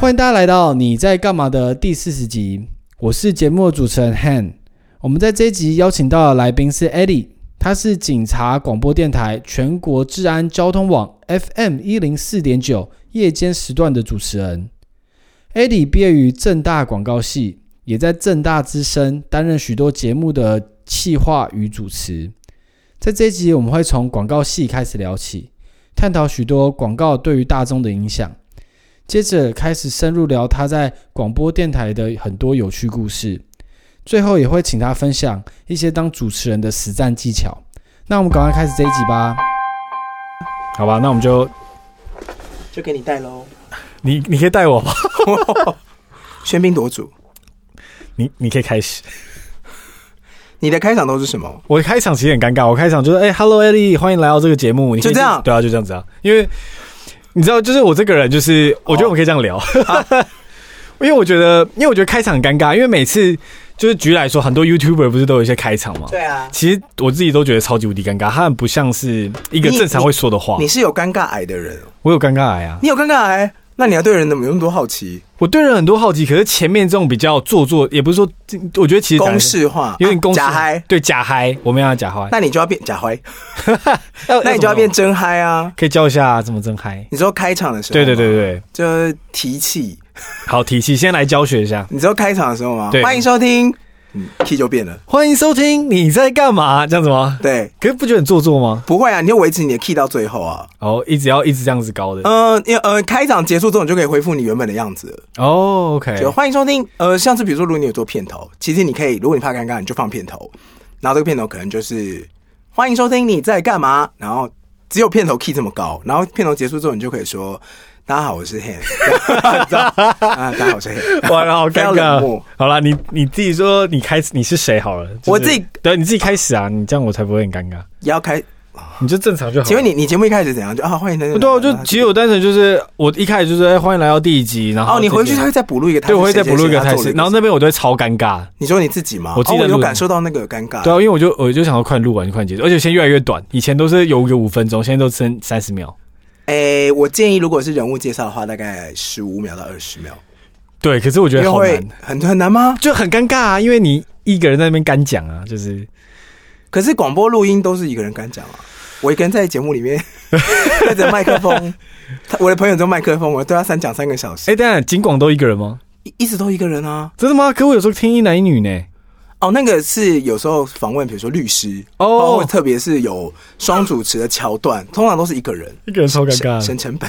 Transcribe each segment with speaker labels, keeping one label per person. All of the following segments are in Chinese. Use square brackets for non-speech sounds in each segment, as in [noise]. Speaker 1: 欢迎大家来到你在干嘛的第四十集，我是节目的主持人 Han。我们在这一集邀请到的来宾是 Eddie，他是警察广播电台全国治安交通网 FM 一零四点九夜间时段的主持人。Eddie 毕业于正大广告系，也在正大之声担任许多节目的企划与主持。在这一集，我们会从广告系开始聊起，探讨许多广告对于大众的影响。接着开始深入聊他在广播电台的很多有趣故事，最后也会请他分享一些当主持人的实战技巧。那我们赶快开始这一集吧。好吧，那我们就
Speaker 2: 就给你带喽。
Speaker 3: 你你可以带我吗？ [laughs]
Speaker 2: 喧宾夺主，
Speaker 3: 你你可以开始。
Speaker 2: 你的开场都是什么？
Speaker 3: 我的开场其实很尴尬，我开场就是哎、h e l l o Ellie，欢迎来到这个节目。你可以
Speaker 2: 就这样
Speaker 3: 对啊，就这样子啊。因为你知道，就是我这个人，就是我觉得我们可以这样聊，
Speaker 2: 哦
Speaker 3: [laughs]
Speaker 2: 啊
Speaker 3: 因为我觉得，因为我觉得开场很尴尬，因为每次就是举例来说，很多 YouTuber 不是都有一些开场嘛。
Speaker 2: 对啊，
Speaker 3: 其实我自己都觉得超级无敌尴尬，它很不像是一个
Speaker 2: 你
Speaker 3: 正常会说的话
Speaker 2: 你。是有尴尬癌的人，
Speaker 3: 我有尴尬癌啊，
Speaker 2: 你有尴尬癌，那你要对人怎么有那么多好奇？
Speaker 3: 我对人很多好奇，可是前面这种比较做作，也不是说，我觉得其实
Speaker 2: 公式化，啊
Speaker 3: 有点公式
Speaker 2: 假嗨，
Speaker 3: 对假嗨，我们要假嗨，
Speaker 2: 那你就要变假
Speaker 3: [laughs]
Speaker 2: 嗨，
Speaker 3: 那
Speaker 2: 那你就要变真嗨啊！
Speaker 3: 可以教一下怎么真嗨？
Speaker 2: 你知道开场的时候，
Speaker 3: [laughs] 对对对，对，
Speaker 2: 就是提气。
Speaker 3: 好提气，先来教学一下。
Speaker 2: 你知道开场的时候吗？
Speaker 3: 对
Speaker 2: 欢迎收听，嗯，key 就变了。
Speaker 3: 欢迎收听，你在干嘛？这样子吗？
Speaker 2: 对，
Speaker 3: 可是不觉得很做作吗？
Speaker 2: 不会啊，你就维持你的 key 到最后啊。
Speaker 3: 哦，一直要一直这样子高的。
Speaker 2: 嗯，因为呃，开场结束之后，你就可以恢复你原本的样子了。
Speaker 3: 哦，OK，
Speaker 2: 就欢迎收听。呃，像是比如说，如果你有做片头，其实你可以，如果你怕尴尬，你就放片头，然后这个片头可能就是欢迎收听你在干嘛，然后只有片头 key 这么高，然后片头结束之后，你就可以说
Speaker 3: [laughs]
Speaker 2: 大家好，我是 Han，你知道啊，大家好，我是 Han，
Speaker 3: 哇，好
Speaker 2: 非
Speaker 3: 尴
Speaker 2: 常冷
Speaker 3: 尬
Speaker 2: 漠。
Speaker 3: 好啦，你你自己说，你开始你是谁好了？就是
Speaker 2: 我自己
Speaker 3: 对，你自己开始啊，你这样我才不会很尴尬，
Speaker 2: 也要开。
Speaker 3: 你就正常就好。
Speaker 2: 请问你，你节目一开始怎样？就啊，欢迎等等。
Speaker 3: 对啊，我就其实我单纯就是我一开始就是哎欢迎来到第一集，然后
Speaker 2: 哦，你回去
Speaker 3: 这
Speaker 2: 他会
Speaker 3: 边
Speaker 2: 再补录一个台词，
Speaker 3: 对，我会再
Speaker 2: 谁
Speaker 3: 补录一
Speaker 2: 谁
Speaker 3: 个
Speaker 2: 谁
Speaker 3: 台
Speaker 2: 他做了
Speaker 3: 词，然后那边我都会超尴尬。
Speaker 2: 你说你自己吗？
Speaker 3: 我自己
Speaker 2: 哦
Speaker 3: 在
Speaker 2: 有
Speaker 3: 录
Speaker 2: 感受到那个尴尬，
Speaker 3: 对啊，因为我就我就想要快录完就快结束，而且现在越来越短，以前都是有个五分钟，现在都剩三十秒。
Speaker 2: 诶，哎我建议如果是人物介绍的话，大概十五秒到二十秒，
Speaker 3: 对，可是我觉
Speaker 2: 因为
Speaker 3: 得好
Speaker 2: 会
Speaker 3: 难，
Speaker 2: 很很难吗？
Speaker 3: 就很尴尬啊，因为你一个人在那边干讲啊，就是
Speaker 2: 可是广播录音都是一个人敢讲啊，我一个人在节目里
Speaker 3: [laughs]
Speaker 2: 面对着麦克风，他我的朋友都麦克风，我对他三讲三个小时，
Speaker 3: 哎，当然景广都一个人吗？
Speaker 2: 一一直都一个人啊。
Speaker 3: 真的吗？可我有时候听一男一女呢。
Speaker 2: 哦，那个是有时候访问，比如说律师
Speaker 3: 哦
Speaker 2: 包括特别是有双主持的桥段，通常都是一个人，
Speaker 3: 一个人超尴
Speaker 2: 省
Speaker 3: 尬
Speaker 2: 省。成本。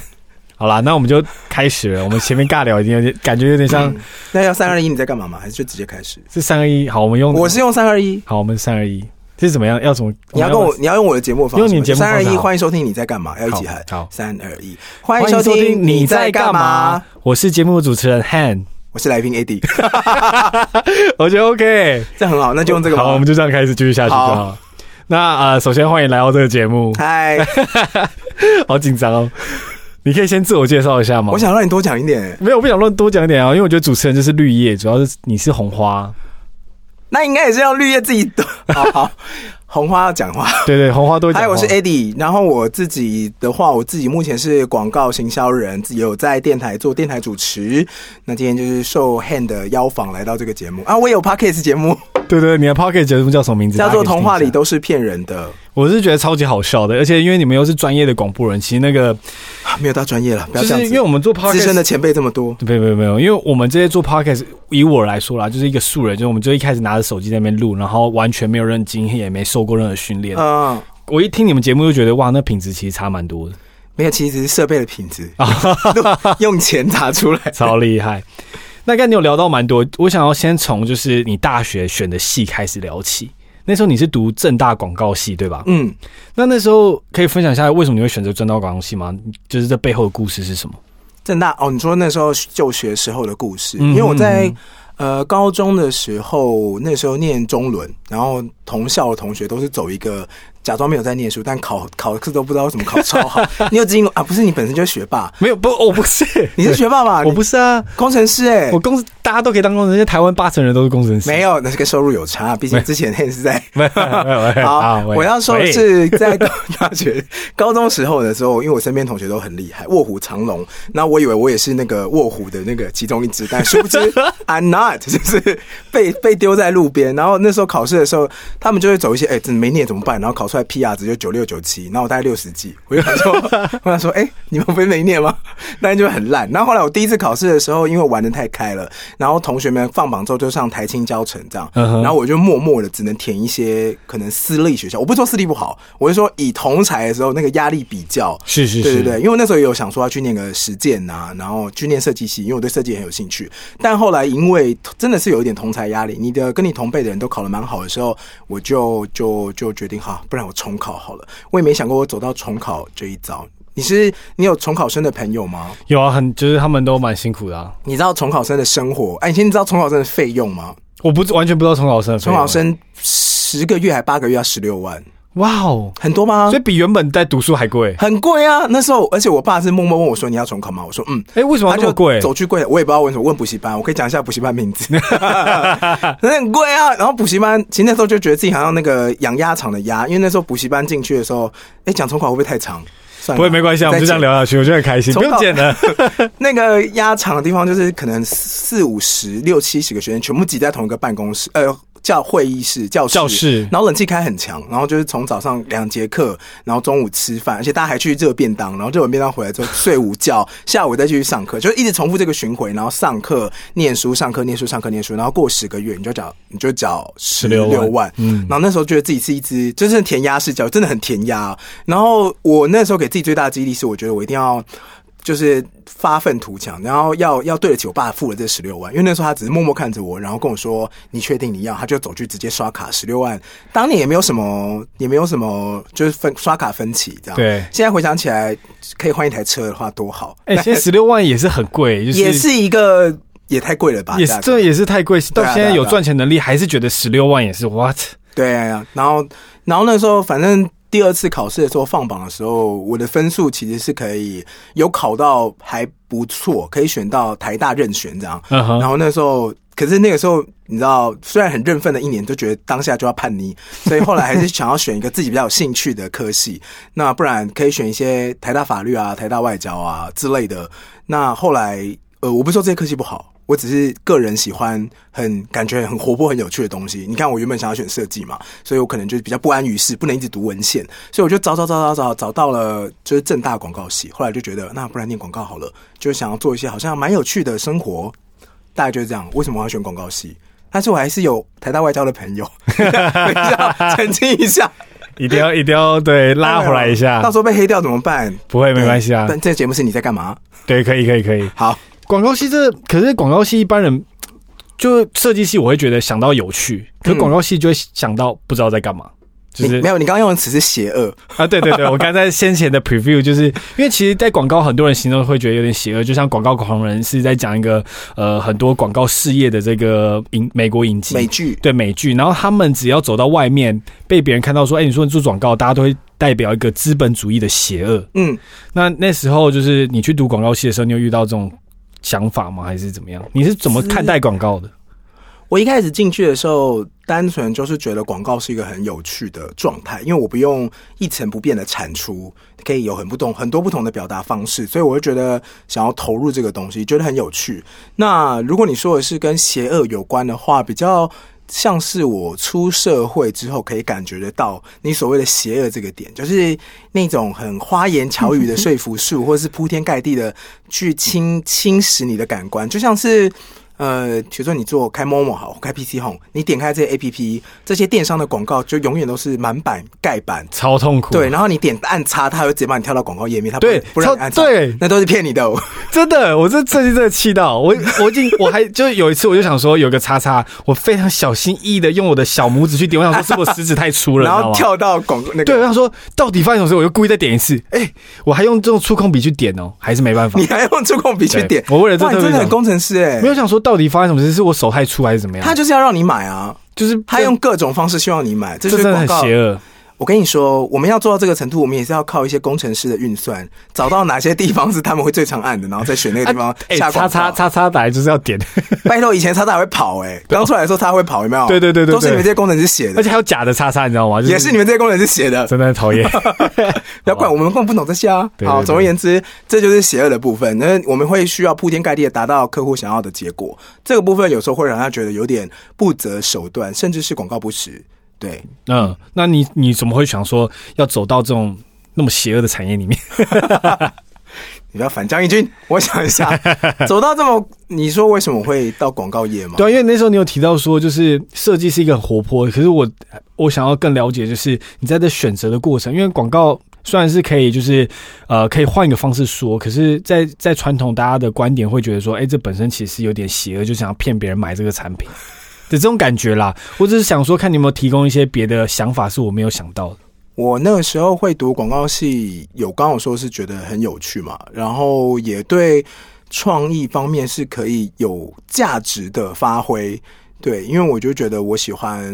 Speaker 3: 好啦，那我们就开始了。我们前面尬聊已经有点感觉有点像
Speaker 2: 嗯那要三二一，你在干嘛吗？还是就直接开始？
Speaker 3: 是三二一。好，我们用
Speaker 2: 我是用三二一，
Speaker 3: 好，我们三二一这是怎么样？要怎么？
Speaker 2: 你要跟我，你要用我的节目方式吗，
Speaker 3: 用你节目
Speaker 2: 三
Speaker 3: 方
Speaker 2: 二
Speaker 3: 式
Speaker 2: 一，
Speaker 3: 好
Speaker 2: 欢迎收听你在干嘛？要一起喊，
Speaker 3: 好好
Speaker 2: 三二一，欢迎
Speaker 3: 欢
Speaker 2: 收
Speaker 3: 迎收
Speaker 2: 听
Speaker 3: 听
Speaker 2: 你
Speaker 3: 你
Speaker 2: 在
Speaker 3: 在
Speaker 2: 干
Speaker 3: 干
Speaker 2: 嘛
Speaker 3: 嘛？？我是节目主持人 Han，
Speaker 2: 我是来宾 AD，
Speaker 3: 我觉得 OK。
Speaker 2: 这很好，那 [laughs] 就用这个吧。
Speaker 3: 好，我们就这样开始继续下去就
Speaker 2: 好
Speaker 3: 好。那呃，首先欢迎来到这个
Speaker 2: [laughs]
Speaker 3: 节目，
Speaker 2: 嗨，
Speaker 3: 好紧张哦。你可以先自我介绍一下吗？
Speaker 2: 我想让你多讲一点。
Speaker 3: 没有，我不想乱多讲一点啊，因为我觉得主持人就是绿叶，主要是你是
Speaker 2: [laughs]
Speaker 3: 红花，
Speaker 2: 那应该也是要绿叶自己的。 [laughs] 好好，红花要讲话。
Speaker 3: 对对，红花都会讲
Speaker 2: 嗨，
Speaker 3: 话。
Speaker 2: 我是 Eddie。然后我自己的话，我自己目前是广告行销人，自己有在电台做电台主持。那今天就是受 Han 的邀访来到这个节目啊，我也有 Podcast 节目，
Speaker 3: 对对，你的 Pocket 节目叫什么名字？
Speaker 2: 叫做《
Speaker 3: 大家可以
Speaker 2: 童话
Speaker 3: 听
Speaker 2: 里
Speaker 3: 一下
Speaker 2: 都是骗人的
Speaker 3: 我是觉得超级好笑的，而且因为你们又是专业的广播人，其实那个》
Speaker 2: 啊，没有到专业了，不要
Speaker 3: 就
Speaker 2: 这样
Speaker 3: 是因为
Speaker 2: 子。
Speaker 3: 我们做 Pocket
Speaker 2: 嗯资深的前辈这么 [laughs] 多，
Speaker 3: 没有没有没有，因为我们这些做 podcast，以我来说啦，就是一个素人，就是我们就一开始拿着手机在那边录，然后完全没有任何经验，也没受过任何训练。
Speaker 2: 嗯，
Speaker 3: 我一听你们节目就觉得哇，那品质其实差
Speaker 2: [laughs]
Speaker 3: 蛮多的，
Speaker 2: 没有，其实是设备的品 [laughs] 质，用钱砸出来。
Speaker 3: 超厉害。那刚才你有聊到蛮多，我想要先从就是你大学选的系开始聊起。那时候你是读正大广告系对吧？
Speaker 2: 嗯，
Speaker 3: 那那时候可以分享一下为什么你会选择正大广告系吗？就是这背后的故事是什么？
Speaker 2: 正大哦，你说那时候就学时候的故事，
Speaker 3: 嗯
Speaker 2: 因为我在呃高中的时候，那时候念中伦，然后同校的同学都是走一个假装没有在念书，但考考试都不知道为什么考超好。你有经过啊？不是你本身就是学霸，
Speaker 3: 没有不，我不 [laughs] 是，
Speaker 2: 你 [laughs] 是学霸吧？
Speaker 3: 我不
Speaker 2: 是
Speaker 3: 是啊，
Speaker 2: 工程师哎、
Speaker 3: 我工大家都可以当工程师，台湾八成人都是工程师，
Speaker 2: 没有，那是跟收入有差。毕竟之前那是在
Speaker 3: [laughs] 没有，没有，没
Speaker 2: [laughs]
Speaker 3: 有
Speaker 2: 好，
Speaker 3: 啊喂
Speaker 2: 我要说的
Speaker 3: 喂
Speaker 2: 是在高大学、高中时候的时候，因为我身边同学都很厉害，卧虎藏龙。那我以为我也是那个卧虎的那个其中一只，但 [laughs] 殊不知 I'm not，就是被被丢在路边。然后那时候考试的时候，他们就会走一些，哎、这没念怎么办？然后考出来 PR 值就九六九七，然后我大概六十几，我就想
Speaker 3: [laughs]
Speaker 2: 说，我想说，哎、你们不是没念吗？ [laughs] 那就很烂。然后后来我第一次考试的时候，因为我玩的太开了，然后同学们放榜之后就上台青教程这样，
Speaker 3: 嗯哼
Speaker 2: 然后我就默默的只能填一些可能私立学校，我不是说私立不好，我是说以同才的时候那个压力比较。
Speaker 3: 是是
Speaker 2: 对
Speaker 3: 是，
Speaker 2: 对对，因为我那时候也有想说要去念个实践呐、然后去念设计系，因为我对设计很有兴趣。但后来因为真的是有一点同才压力，你的跟你同辈的人都考得蛮好的时候，我就就就决定哈，不然我重考好了。我也没想过我走到重考这一遭。你是你有重考生的朋友吗？
Speaker 3: 有啊，很就是他们都蛮辛苦的、啊，
Speaker 2: 你知道重考生的生活？哎、你现在知道重考生的费用吗？
Speaker 3: 我不完全不知道重考生的费
Speaker 2: 重
Speaker 3: 用，
Speaker 2: 考生十个月还八个月要十六万，
Speaker 3: 哇哦，
Speaker 2: 很多吗
Speaker 3: 所以？比原本在读书还贵，
Speaker 2: 很贵啊！那时候，而且我爸是默默问我说：“你要重考吗？”我说：“嗯。”
Speaker 3: 哎、为什么要
Speaker 2: 他
Speaker 3: 那么
Speaker 2: 就
Speaker 3: 贵？
Speaker 2: 走去柜台，我也不知道为什么问补习班，我可以讲一下补习班名字， [laughs] 那很贵啊。然后补习班，其实那时候就觉得自己好像那个养鸭场的鸭，因为那时候补习班进去的时候，哎，讲重考会不会太长？算
Speaker 3: 不
Speaker 2: 了
Speaker 3: 会，没关系啊，我们就这样。聊下去，我觉得很开心，不
Speaker 2: 重考 [laughs]
Speaker 3: 用剪了。
Speaker 2: 再见那个鸭场的地方就是可能四五十、六七十个学生全部挤在同一个办公室，呃，叫会议室、教室、
Speaker 3: 教室
Speaker 2: 然后冷气开很强，然后就是从早上两节课，然后中午吃饭，而且大家还去热便当，然后热完便当回来之后睡午觉，
Speaker 3: [laughs]
Speaker 2: 下午再继续上课，就是一直重复这个巡回，然后上课念书，上课念书，上课念书，然后过十个月你就缴你就缴十
Speaker 3: 16万
Speaker 2: 万，嗯，然后那时候觉得自己是一只真正填鸭式教育，真的很填鸭。然后我那时候给自己最大的激励是，我觉得我一定要。就是发愤图强，然后要要对得起我爸付了这十六万，因为那时候他只是默默看着我，然后跟我说：“你确定你要？”他就走去直接刷卡十六万，当年也没有什么，也没有什么，就是分刷卡分期这样。
Speaker 3: 对
Speaker 2: 现在回想起来，可以换一台车的话多好，
Speaker 3: 哎、现在十六万也是很贵，就是
Speaker 2: 也是一个也太贵了吧？
Speaker 3: 也
Speaker 2: 价
Speaker 3: 是
Speaker 2: 格
Speaker 3: 这也是太贵，
Speaker 2: 对
Speaker 3: 到
Speaker 2: 啊
Speaker 3: 现在
Speaker 2: 对啊
Speaker 3: 有
Speaker 2: 对啊
Speaker 3: 赚钱能力，还是觉得十六万也是 what？
Speaker 2: 对啊，然后然后那时候反正第二次考试的时候放榜的时候，我的分数其实是可以有考到还不错，可以选到台大任选这样。
Speaker 3: 嗯哼
Speaker 2: 然后那时候，可是那个时候你知道，虽然很认份的一年，就觉得当下就要叛逆，所以后来还是想要选一个自己比较有兴趣的科系，那不然可以选一些台大法律啊、台大外交啊之类的。那后来，呃，我不是说这些科系不好。我只是个人喜欢很感觉很活泼、很有趣的东西。你看，我原本想要选设计嘛，所以我可能就是比较不安于世，不能一直读文献，所以我就找找找找找找到了就是正大广告系。后来就觉得，那不然念广告好了，就想要做一些好像蛮有趣的生活，大概就是这样。为什么我要选广告系？但是我还是有台大外交的朋友， [laughs] 等一下澄清一下，
Speaker 3: 一定要一定要对拉回来一下
Speaker 2: 到，时候被黑掉怎么办？
Speaker 3: 不会没关系啊
Speaker 2: 对，但这个节目是你在干嘛？
Speaker 3: 对，可以可以可以。
Speaker 2: 好，
Speaker 3: 广告系这可是广告系一般人。就设计系，我会觉得想到有趣，可
Speaker 2: 嗯
Speaker 3: 广告系就会想到不知道在干嘛，就
Speaker 2: 你
Speaker 3: 是
Speaker 2: 没有，你刚刚用的词是邪恶，
Speaker 3: 啊，对对对，我刚才先前的 preview 就是因为其实，在广告很多人心中会觉得有点邪恶，就像广告狂人是在讲一个呃很多广告事业的这个影美国影集
Speaker 2: 美剧。
Speaker 3: 对美剧，然后他们只要走到外面被别人看到说，哎，你说你做广告，大家都会代表一个资本主义的邪恶。
Speaker 2: 嗯，
Speaker 3: 那那时候就是你去读广告系的时候，你有遇到这种想法吗？还是怎么样？你是怎么看待广告的？
Speaker 2: 我一开始进去的时候，单纯就是觉得广告是一个很有趣的状态，因为我不用一成不变的产出，可以有很不同很多不同的表达方式，所以我就觉得想要投入这个东西，觉得很有趣。那如果你说的是跟邪恶有关的话，比较。像是我出社会之后可以感觉得到你所谓的邪恶这个点，就是那种很花言巧语的说服术，或是铺天盖地的去侵侵蚀你的感官，就像是。呃，比如说你做开 Momo 好，开 PC Home，你点开这些 APP，这些电商的广告就永远都是满版盖版，
Speaker 3: 超痛苦，
Speaker 2: 对，，然后你点按叉，它会直接把你跳到广告页面，它不
Speaker 3: 对
Speaker 2: 不让你
Speaker 3: 超
Speaker 2: 按叉，
Speaker 3: 对
Speaker 2: 那都是骗你的、 [laughs] 哦。
Speaker 3: 真的，我这最近真的气到我，我已经我还就有一次我就想说有个叉叉，我非常小心翼翼的用我的小拇指去点，我想说是我食指
Speaker 2: [laughs]
Speaker 3: 太粗了，
Speaker 2: 然后
Speaker 3: 你知道
Speaker 2: 跳
Speaker 3: 吗。
Speaker 2: 到广告那
Speaker 3: 对，我
Speaker 2: 个，
Speaker 3: 想说到底发生什么事，我就故意再点一次。哎、我还用这种触控笔去点哦，还是没办
Speaker 2: [laughs]
Speaker 3: 法
Speaker 2: 你。还用触控笔去
Speaker 3: 对
Speaker 2: 点，
Speaker 3: 我为了这
Speaker 2: 哇你
Speaker 3: 特别
Speaker 2: 真的很
Speaker 3: 想
Speaker 2: 工程师哎、
Speaker 3: 没有想说到底发生什么事，是我手太粗还是怎么样？
Speaker 2: 他就是要让你买啊，
Speaker 3: 就是
Speaker 2: 他用各种方式希望你买，这就
Speaker 3: 这这
Speaker 2: 是
Speaker 3: 真的
Speaker 2: 广
Speaker 3: 很
Speaker 2: 告。
Speaker 3: 邪恶。
Speaker 2: 我跟你说，我们要做到这个程度，我们也是要靠一些工程师的运算，找到哪些地方是他们会最常按的，然后再选那个地方
Speaker 3: [laughs] 哎，
Speaker 2: 下广告。
Speaker 3: 叉叉叉叉本来就是
Speaker 2: [laughs]
Speaker 3: 要点，
Speaker 2: 拜托，以前叉叉还会跑哎、刚出来的时候他会跑，有没有？
Speaker 3: 对对对对对
Speaker 2: 都是你们这些工程师写
Speaker 3: 而
Speaker 2: 的，
Speaker 3: 且还有假的叉叉，你知道吗？就
Speaker 2: 也是你们这些工程师写的。
Speaker 3: 真的很讨
Speaker 2: [laughs]
Speaker 3: 厌。
Speaker 2: 不要管我们根本不懂这些啊。
Speaker 3: 对对
Speaker 2: 好，
Speaker 3: 对
Speaker 2: 总而言之，这就是邪恶的部分。那我们会需要铺天盖地的达到客户想要的结果，这个部分有时候会让他觉得有点不择手段，甚至是广告不实。对，
Speaker 3: 嗯，那你你怎么会想说要走到这种那么邪恶的产业里面？
Speaker 2: 你不要反将一军。我想一
Speaker 3: [laughs]
Speaker 2: 下，走到这么，你说为什么会到广告业吗？
Speaker 3: 对啊，因为那时候你有提到说，就是设计是一个很活泼，可是我我想要更了解，就是你在这选择的过程，因为广告虽然是可以，就是呃，可以换一个方式说，可是在，在传统大家的观点会觉得说，哎、这本身其实有点邪恶，就想要骗别人买这个产品 [laughs] 的这种感觉啦。我只是想说，看你有没有提供一些别的想法，是我没有想到的。
Speaker 2: 我那个时候会读广告系，有刚刚我说是觉得很有趣嘛，然后也对创意方面是可以有价值的发挥。对，因为我就觉得我喜欢，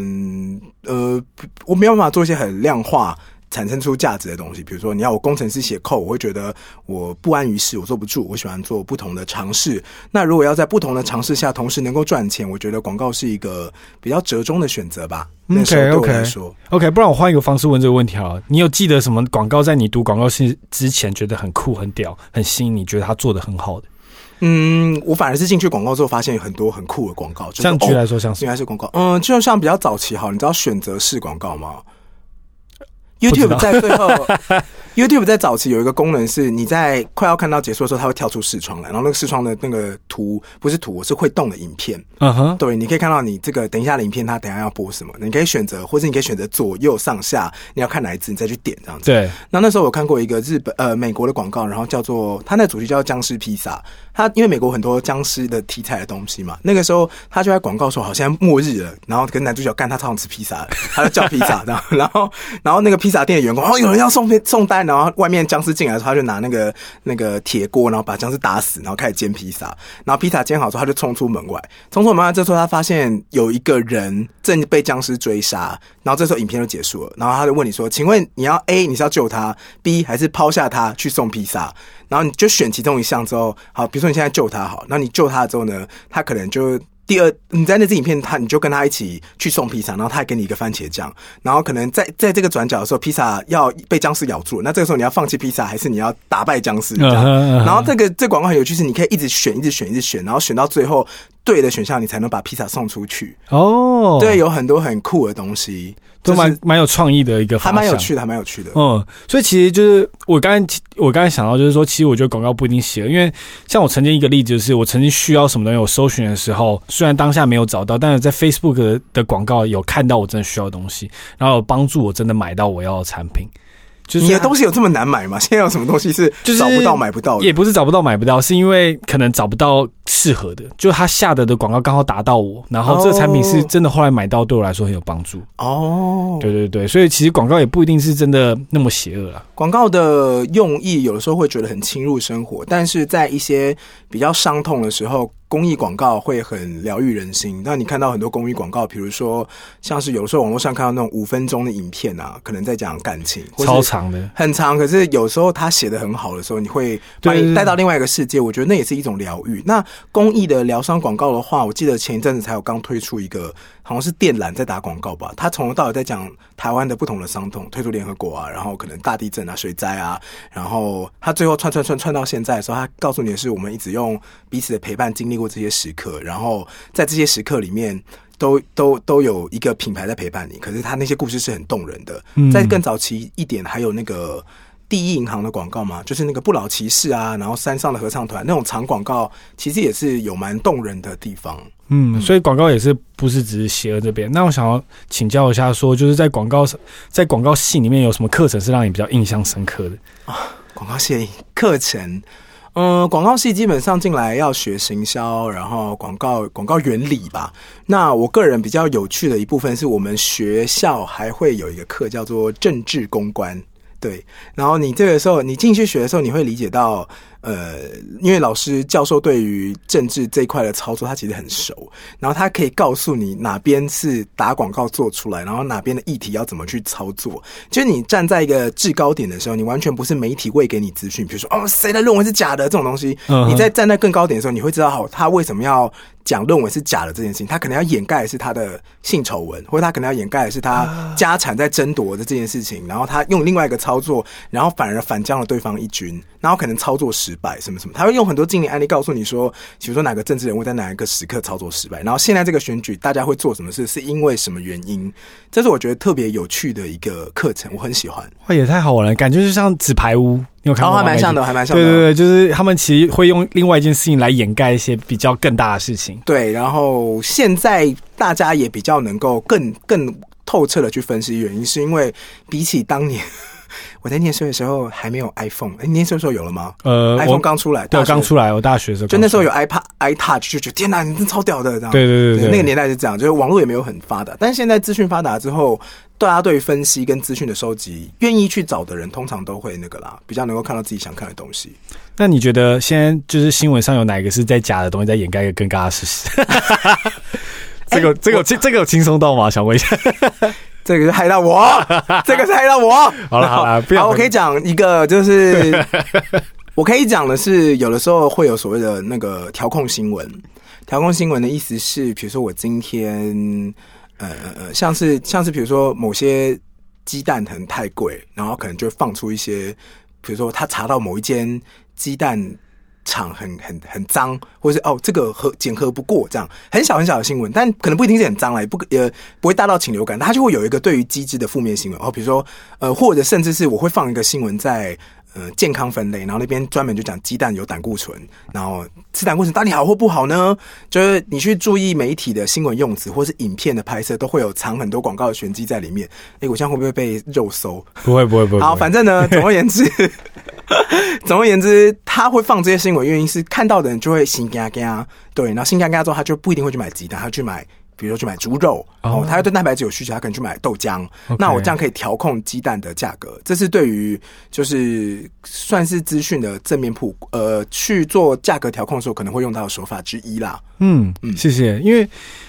Speaker 2: 呃，不我没有办法做一些很量化、产生出价值的东西。比如说，你要我工程师写扣，我会觉得我不安于世，我坐不住。我喜欢做不同的尝试。那如果要在不同的尝试下同时能够赚钱，我觉得广告是一个比较折中的选择吧。那时候对我
Speaker 3: OK，OK
Speaker 2: 来说
Speaker 3: OK，不然我换一个方式问这个问题好了。你有记得什么广告在你读广告系之前觉得很酷、很屌、很新，你觉得他做的很好的？
Speaker 2: 嗯，我反而是进去广告之后，发现有很多很酷的广告，就是
Speaker 3: 像举
Speaker 2: 哦，
Speaker 3: 来说，像是
Speaker 2: 原来是广告。嗯，就像比较早期好，你知道选择式广告吗
Speaker 3: 知道
Speaker 2: ？YouTube 在最后 [laughs] ，YouTube 在早期有一个功能是，你在快要看到结束的时候，它会跳出视窗来，然后那个视窗的那个图不是图，是会动的影片。
Speaker 3: 嗯哼，
Speaker 2: 对，你可以看到你这个等一下的影片，它等一下要播什么，你可以选择，或者你可以选择左右上下，你要看哪一支，你再去点这样子。
Speaker 3: 对，
Speaker 2: 那那时候我看过一个日本呃美国的广告，然后叫做它那主题叫僵尸披萨。它因为美国很多僵尸的题材的东西嘛，那个时候他就在广告说好像末日了，然后跟男主角干他超想吃披萨了，他就叫披萨这样，然后然后那个披萨店的员工哦有人要送送单，然后外面僵尸进来的时候，他就拿那个那个铁锅，然后把僵尸打死，然后开始煎披萨，然后披萨煎好之后他就冲出门外，冲出门外这时候他发现有一个人正被僵尸追杀，然后这时候影片就结束了，然后他就问你说，请问你要 A 你是要救他，B 还是抛下他去送披萨？然后你就选其中一项之后，好，比如说你现在救他好，那你救他之后呢，他可能就第二，你在那支影片他你就跟他一起去送披萨，然后他还给你一个番茄酱，然后可能在在这个转角的时候，披萨要被僵尸咬住，那这个时候你要放弃披萨，还是你要打败僵尸？这
Speaker 3: 嗯
Speaker 2: 样
Speaker 3: 哼，嗯哼
Speaker 2: 然后这个这广告很有趣，是你可以一直选，一直选，一直选，然后选到最后对的选项，你才能把披萨送出去。
Speaker 3: 哦，
Speaker 2: 对，，有很多很酷的东西，
Speaker 3: 都
Speaker 2: 就是
Speaker 3: 蛮蛮有创意的一个，
Speaker 2: 还蛮有。趣的，还蛮有趣的。
Speaker 3: 嗯，所以其实就是我刚才我刚才想到，就是说，其实我觉得广告不一定邪恶，因为像我曾经一个例子，就是我曾经需要什么东西，我搜寻的时候，虽然当下没有找到，但是在 Facebook 的的广告有看到我真的需要的东西，然后有帮助我真的买到我要的产品。就是
Speaker 2: 你的
Speaker 3: 它
Speaker 2: 东西有这么难买吗？现 [laughs] 在有什么东西是
Speaker 3: 就是
Speaker 2: 找不到、买不到的？
Speaker 3: 也不是找不到买不到，是因为可能找不到适合的，就他下的的广告刚好打到我，然后这个产品是
Speaker 2: 哦
Speaker 3: 真的后来买到对我来说很有帮助。
Speaker 2: 哦，
Speaker 3: 对对对，所以其实广告也不一定是真的那么邪恶啊啦。
Speaker 2: 广告的用意有的时候会觉得很侵入生活，但是在一些比较伤痛的时候，公益广告会很疗愈人心。那你看到很多公益广告，比如说像是有时候网络上看到那种五分钟的影片啊，可能在讲感情，或是
Speaker 3: 超长的，
Speaker 2: 很长，可是有时候他写的很好的时候，你会把
Speaker 3: 对对
Speaker 2: 你
Speaker 3: 对
Speaker 2: 带到另外一个世界。我觉得那也是一种疗愈。那公益的疗伤广告的话，我记得前一阵子才有刚推出一个，好像是电缆在打广告吧。他从头到尾在讲台湾的不同的伤痛，推出联合国啊，然后可能大地震啊、水灾啊，然后他最后串串串串到现在的时候，他告诉你的是，我们一直用彼此的陪伴经历过这些时刻，然后在这些时刻里面。都都都有一个品牌在陪伴你，可是他那些故事是很动人的。
Speaker 3: 嗯
Speaker 2: 在更早期一点，还有那个第一银行的广告嘛，就是那个不老骑士啊，然后山上的合唱团那种长广告，其实也是有蛮动人的地方。
Speaker 3: 嗯，所以广告也是不是只是邪恶这边？那我想要请教一下说就是在广告在广告系里面有什么课程是让你比较印象深刻的？
Speaker 2: 广告系课程，嗯，广告系基本上进来要学行销，然后广告广告原理吧。那我个人比较有趣的一部分是我们学校还会有一个课叫做政治公关。对，然后你这个时候你进去学的时候，你会理解到，呃，因为老师教授对于政治这一块的操作，他其实很熟，然后他可以告诉你哪边是打广告做出来，然后哪边的议题要怎么去操作。就是你站在一个制高点的时候，你完全不是媒体喂给你资讯，比如说哦谁的论文是假的这种东西，
Speaker 3: 嗯哼
Speaker 2: 你在站在更高点的时候，你会知道好他为什么要。讲论文是假的这件事情，他可能要掩盖的是他的性丑闻，或者他可能要掩盖的是他
Speaker 3: 啊
Speaker 2: 家产在争夺的这件事情，然后他用另外一个操作，然后反而反将了对方一军，然后可能操作失败什么什么，他会用很多经典案例告诉你说，比如说哪个政治人物在哪一个时刻操作失败，然后现在这个选举大家会做什么事，是因为什么原因，这是我觉得特别有趣的一个课程，我很喜欢，
Speaker 3: 哇，也太好玩了，感觉就像纸牌屋，你有看
Speaker 2: 然
Speaker 3: 过
Speaker 2: 后
Speaker 3: 吗？
Speaker 2: 哦还蛮像的，还蛮像的，
Speaker 3: 对对对，就是他们其实会用另外一件事情来掩盖一些比较更大的事情。
Speaker 2: 对，然后现在大家也比较能够更更透彻的去分析原因，是因为比起当年 [laughs] 我在念书的时候还没有 iPhone，哎、你念书的时候有了吗、
Speaker 3: 呃，
Speaker 2: i p h o
Speaker 3: 我
Speaker 2: e 刚出来，
Speaker 3: 对
Speaker 2: 大
Speaker 3: 我
Speaker 2: 学
Speaker 3: 刚，出来，我大学的时候
Speaker 2: 就那时候
Speaker 3: 有，
Speaker 2: 有 iPad、iTouch，就觉得天哪，你真超屌的，这样。
Speaker 3: 对对对
Speaker 2: 那个
Speaker 3: 对，
Speaker 2: 年代是这样，就是网络也没有很发达，但是现在资讯发达之后，大家对于分析跟资讯的收集，愿意去找的人，通常都会那个啦，比较能够看到自己想看的东西。
Speaker 3: 那你觉得现在就是新闻上有哪一个是在假的东西在掩盖一个更大的事实？ [laughs] 这
Speaker 2: 哎
Speaker 3: 个这个有轻这个有轻松到吗？想
Speaker 2: [laughs]
Speaker 3: 问一下。
Speaker 2: 这个是害到
Speaker 3: [laughs]
Speaker 2: 我，这个是害到我。
Speaker 3: 好了好了不要
Speaker 2: 我可以讲一个，就是
Speaker 3: [laughs]
Speaker 2: 我可以讲的是，有的时候会有所谓的那个调控新闻。调控新闻的意思是，比如说我今天，呃呃呃，像是像是比如说某些鸡蛋可能太贵，然后可能就放出一些，比如说他查到某一间鸡蛋厂很很很脏，或是哦这个核检核不过这样，很小很小的新闻，但可能不一定是很脏啦，也不呃不会大到禽流感，它就会有一个对于机制的负面新闻哦，比如说呃或者甚至是我会放一个新闻在。呃，健康分类，然后那边专门就讲鸡蛋有胆固醇，然后吃胆固醇到底好或不好呢？就是你去注意媒体的新闻用词，或是影片的拍摄，都会有藏很多广告的玄机在里面。哎，我这样会不会被肉搜？
Speaker 3: 不会不会不会，
Speaker 2: 好，反正
Speaker 3: [laughs]
Speaker 2: 呢，总而言之， [laughs] 总而言之，他会放这些新闻，原因是看到的人就会心嘎嘎，对，然后心嘎嘎之后，他就不一定会去买鸡蛋，他去买。比如说去买猪肉哦
Speaker 3: 哦
Speaker 2: 他要对蛋白质有需求，他可能去买豆浆。
Speaker 3: OK
Speaker 2: 那我这样可以调控鸡蛋的价格，这是对于就是算是资讯的正面曝呃去做价格调控的时候可能会用到的手法之一啦。
Speaker 3: 嗯，
Speaker 2: 嗯
Speaker 3: 谢谢。因为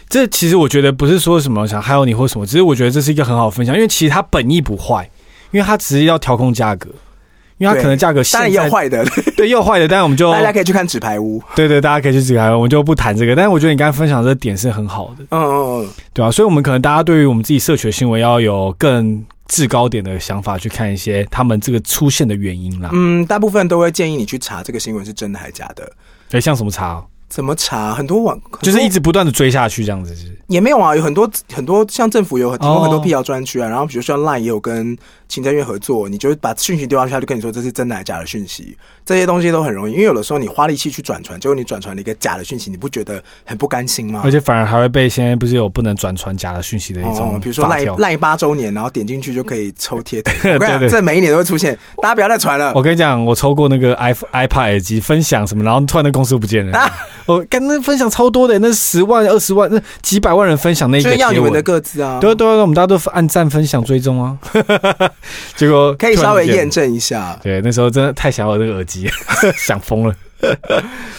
Speaker 3: 这其实我觉得不是说什么想害到你或什么，只是我觉得这是一个很好的分享，因为其实它本意不坏，因为它只是要调控价格，因为它
Speaker 2: 对
Speaker 3: 可能价格现
Speaker 2: 当
Speaker 3: 在
Speaker 2: 然
Speaker 3: [laughs]
Speaker 2: 也有坏的，
Speaker 3: 对又坏的，但我们
Speaker 2: [laughs]
Speaker 3: 就
Speaker 2: 大家可以去看纸牌屋。
Speaker 3: 对对，大家可以去自己来，我们就不谈这个。但是我觉得你刚才分享的这点是很好的，
Speaker 2: 嗯嗯嗯，
Speaker 3: 对啊，所以我们可能大家对于我们自己社群新闻要有更制高点的想法去看一些他们这个出现的原因啦。
Speaker 2: 嗯，大部分都会建议你去查这个新闻是真的还是假的。
Speaker 3: 哎、像什么茶哦、
Speaker 2: 怎么查？很多网很多
Speaker 3: 就是一直不断的追下去这样子是不是。
Speaker 2: 也没有啊，有很多很多像政府有提
Speaker 3: 哦
Speaker 2: 供很多辟谣专区啊，然后比如说 Line 也有跟行政院合作，你就把讯息丢上去，他就跟你说这是真的还是假的讯息，这些东西都很容易，因为有的时候你花力气去转传，结果你转传了一个假的讯息，你不觉得很不甘心吗
Speaker 3: 而？且反而还会被现在不是有不能转传假的讯息的一种
Speaker 2: 哦，比如说
Speaker 3: 法
Speaker 2: 赖
Speaker 3: 条
Speaker 2: 赖八周年，然后点进去就可以抽
Speaker 3: [laughs]
Speaker 2: 贴图。我跟你
Speaker 3: 对
Speaker 2: 讲，
Speaker 3: 对
Speaker 2: 这每一年都会出现，大家不要再传了。
Speaker 3: [laughs] 我跟你讲，我抽过那个 i iPad 耳机分享什么，然后突然那公司不见
Speaker 2: [laughs]
Speaker 3: 了。我干那分享超多的，那十万、二十万、那几百万人分享那
Speaker 2: 就
Speaker 3: 个
Speaker 2: 是要你
Speaker 3: 贴
Speaker 2: 们
Speaker 3: 文
Speaker 2: 的。个资啊，
Speaker 3: 对啊对啊，我们大家都按赞、分享、追踪啊。 [laughs] 结果
Speaker 2: 可以
Speaker 3: 突然
Speaker 2: 稍微
Speaker 3: 不见
Speaker 2: 验
Speaker 3: 了。
Speaker 2: 证一下。
Speaker 3: 对，那时候真的太想要这个耳机， [laughs] 想疯了。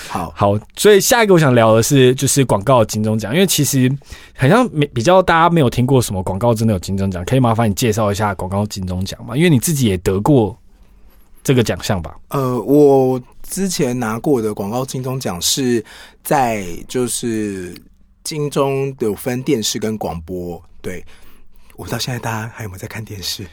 Speaker 2: 好，
Speaker 3: 好，所以下一个我想聊的是，就是广告的金钟奖，因为其实好像没比较大家没有听过什么广告真的有金钟奖，可以麻烦你介绍一下广告金钟奖吗？因为你自己也得过这个奖 [laughs] 项吧？
Speaker 2: 呃，我之前拿过的广告金钟奖是在就是金钟有分电视跟广播，对。我不知道现在大家还有没有在看电视？